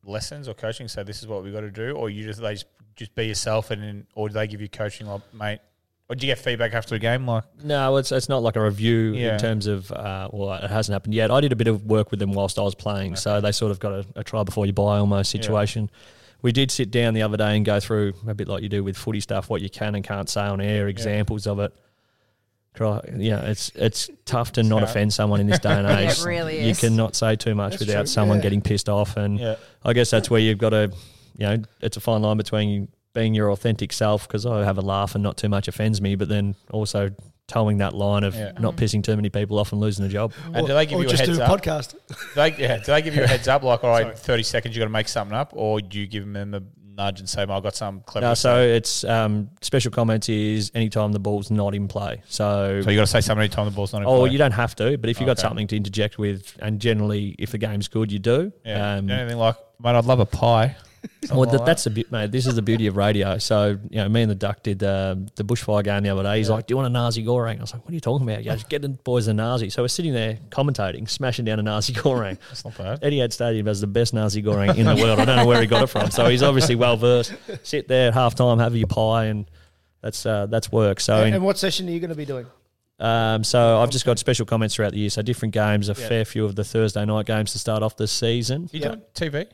Speaker 3: lessons or coaching? So this is what we got to do, or you just they just, just be yourself, and then, or do they give you coaching, like mate? Or do you get feedback after a game, like
Speaker 4: No, it's it's not like a review
Speaker 3: Yeah.
Speaker 4: in terms of uh, well, it hasn't happened yet. I did a bit of work with them whilst I was playing, so they sort of got a, a try before you buy almost
Speaker 3: Yeah.
Speaker 4: situation. We did sit down the other day and go through a bit like you do with footy stuff, what you can and can't say on air, examples of it. Cry, yeah, it's it's tough to not
Speaker 3: hard.
Speaker 4: offend someone in this
Speaker 3: (laughs)
Speaker 4: day and
Speaker 2: Yeah,
Speaker 4: age.
Speaker 2: it really
Speaker 4: You
Speaker 2: is.
Speaker 4: cannot say too much
Speaker 1: That's
Speaker 4: without
Speaker 1: true,
Speaker 4: someone
Speaker 1: yeah.
Speaker 4: getting pissed off, and
Speaker 3: Yeah.
Speaker 4: I guess that's where you've got to, you know, it's a fine line between being your authentic self because I have a laugh and not too much offends me, but then also towing that line of
Speaker 3: Yeah.
Speaker 4: not pissing too many people off and losing a job.
Speaker 3: and do they give
Speaker 1: or
Speaker 3: you
Speaker 1: just
Speaker 3: a heads
Speaker 1: do a
Speaker 3: up?
Speaker 1: podcast.
Speaker 3: Do they, yeah, do they give you a heads up, like all right, thirty seconds, you got to make something up, or do you give them a nudge and say, "Mate, I got some clever.
Speaker 4: Uh,
Speaker 3: to
Speaker 4: so
Speaker 3: say?"
Speaker 4: it's um, special comments is anytime the ball's not in play. So,
Speaker 3: so you got to say something every time the ball's not in
Speaker 4: oh,
Speaker 3: play.
Speaker 4: you don't have to, but if you've got
Speaker 3: Okay.
Speaker 4: something to interject with, and generally if the game's good, you do.
Speaker 3: Yeah.
Speaker 4: Um,
Speaker 3: Do anything like, mate, I'd love a pie.
Speaker 4: Well, that, that's the bit, mate. This is the beauty of radio. So, you know, me and the duck did uh, the bushfire game the other day. He's like, "Do you want a nazi goreng?" I was like, "What are you talking about?" He goes, "Get the boys a nazi." So we're sitting there commentating, smashing down a nazi (laughs) goreng.
Speaker 3: That's not bad.
Speaker 4: Etihad Stadium has the best nazi goreng in the world. I don't know where he got it from. So he's obviously well versed. Sit there at halftime, have your pie, and that's uh, that's work. So, in-
Speaker 1: (laughs) and what session are you going to be doing?
Speaker 4: um, so I've just got special comments throughout the year. So different games, a fair few of the Thursday night games to start off this season.
Speaker 3: You doing TV?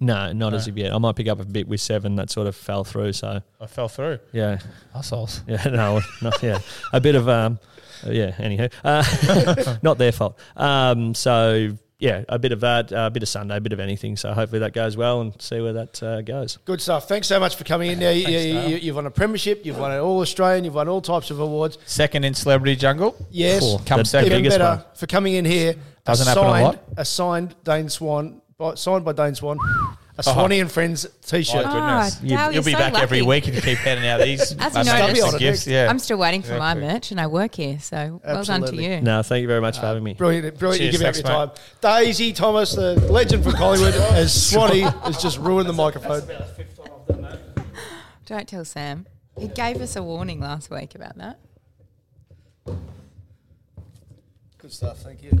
Speaker 7: No, not
Speaker 3: No.
Speaker 7: as of yet. I might pick up a bit with seven that sort of fell through. So
Speaker 3: I fell through.
Speaker 7: yeah,
Speaker 3: Assholes.
Speaker 7: Yeah, (laughs) no, no, yeah, a bit of um, yeah. Anywho, uh, (laughs) not their fault. Um, so yeah, a bit of that, a bit of Sunday, a bit of anything. So hopefully that goes well and see where that uh, goes.
Speaker 1: Good stuff. Thanks so much for coming in. Now, you, you, you, you've won a premiership, you've won an All Australian, you've won all types of awards.
Speaker 3: Second in Celebrity Jungle.
Speaker 1: Yes,
Speaker 3: Come second.
Speaker 1: even better for coming in here.
Speaker 3: Doesn't happen a
Speaker 1: signed-
Speaker 3: lot.
Speaker 1: A signed Dane Swan, by, signed by Dane Swan, a
Speaker 3: Oh.
Speaker 1: Swanee and Friends T-shirt.
Speaker 2: My goodness. Oh, Dal,
Speaker 3: You'll
Speaker 2: you're
Speaker 3: be
Speaker 2: so
Speaker 3: back every
Speaker 2: lucky.
Speaker 3: week if you keep handing out these
Speaker 2: (laughs) As you
Speaker 3: magnificent
Speaker 2: noticed,
Speaker 3: gifts. Yeah.
Speaker 2: I'm still waiting for
Speaker 3: Exactly.
Speaker 2: my merch, and I work here, so well done to
Speaker 1: Absolutely.
Speaker 2: you.
Speaker 7: No, thank you very much for having me.
Speaker 1: Brilliant, brilliant.
Speaker 7: Cheers,
Speaker 1: you give out
Speaker 7: thanks,
Speaker 1: your time. Daisy Thomas, the legend from Collingwood, as Swanee has just ruined the microphone.
Speaker 2: Don't tell Sam. He gave us a warning last week about that.
Speaker 1: Good stuff. Thank you.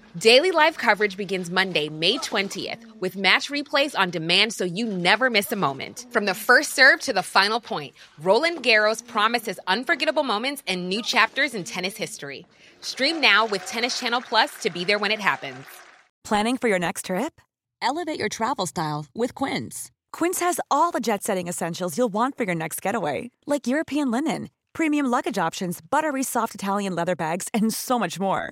Speaker 4: Daily live coverage begins Monday, May 20th, with match replays on demand so you never miss a moment. From the first serve to the final point, Roland Garros promises unforgettable moments and new chapters in tennis history. Stream now with Tennis Channel Plus to be there when it happens.
Speaker 8: Planning for your next trip? Elevate your travel style with Quince. Quince has all the jet setting essentials you'll want for your next getaway, like European linen, premium luggage options, buttery soft Italian leather bags, and so much more.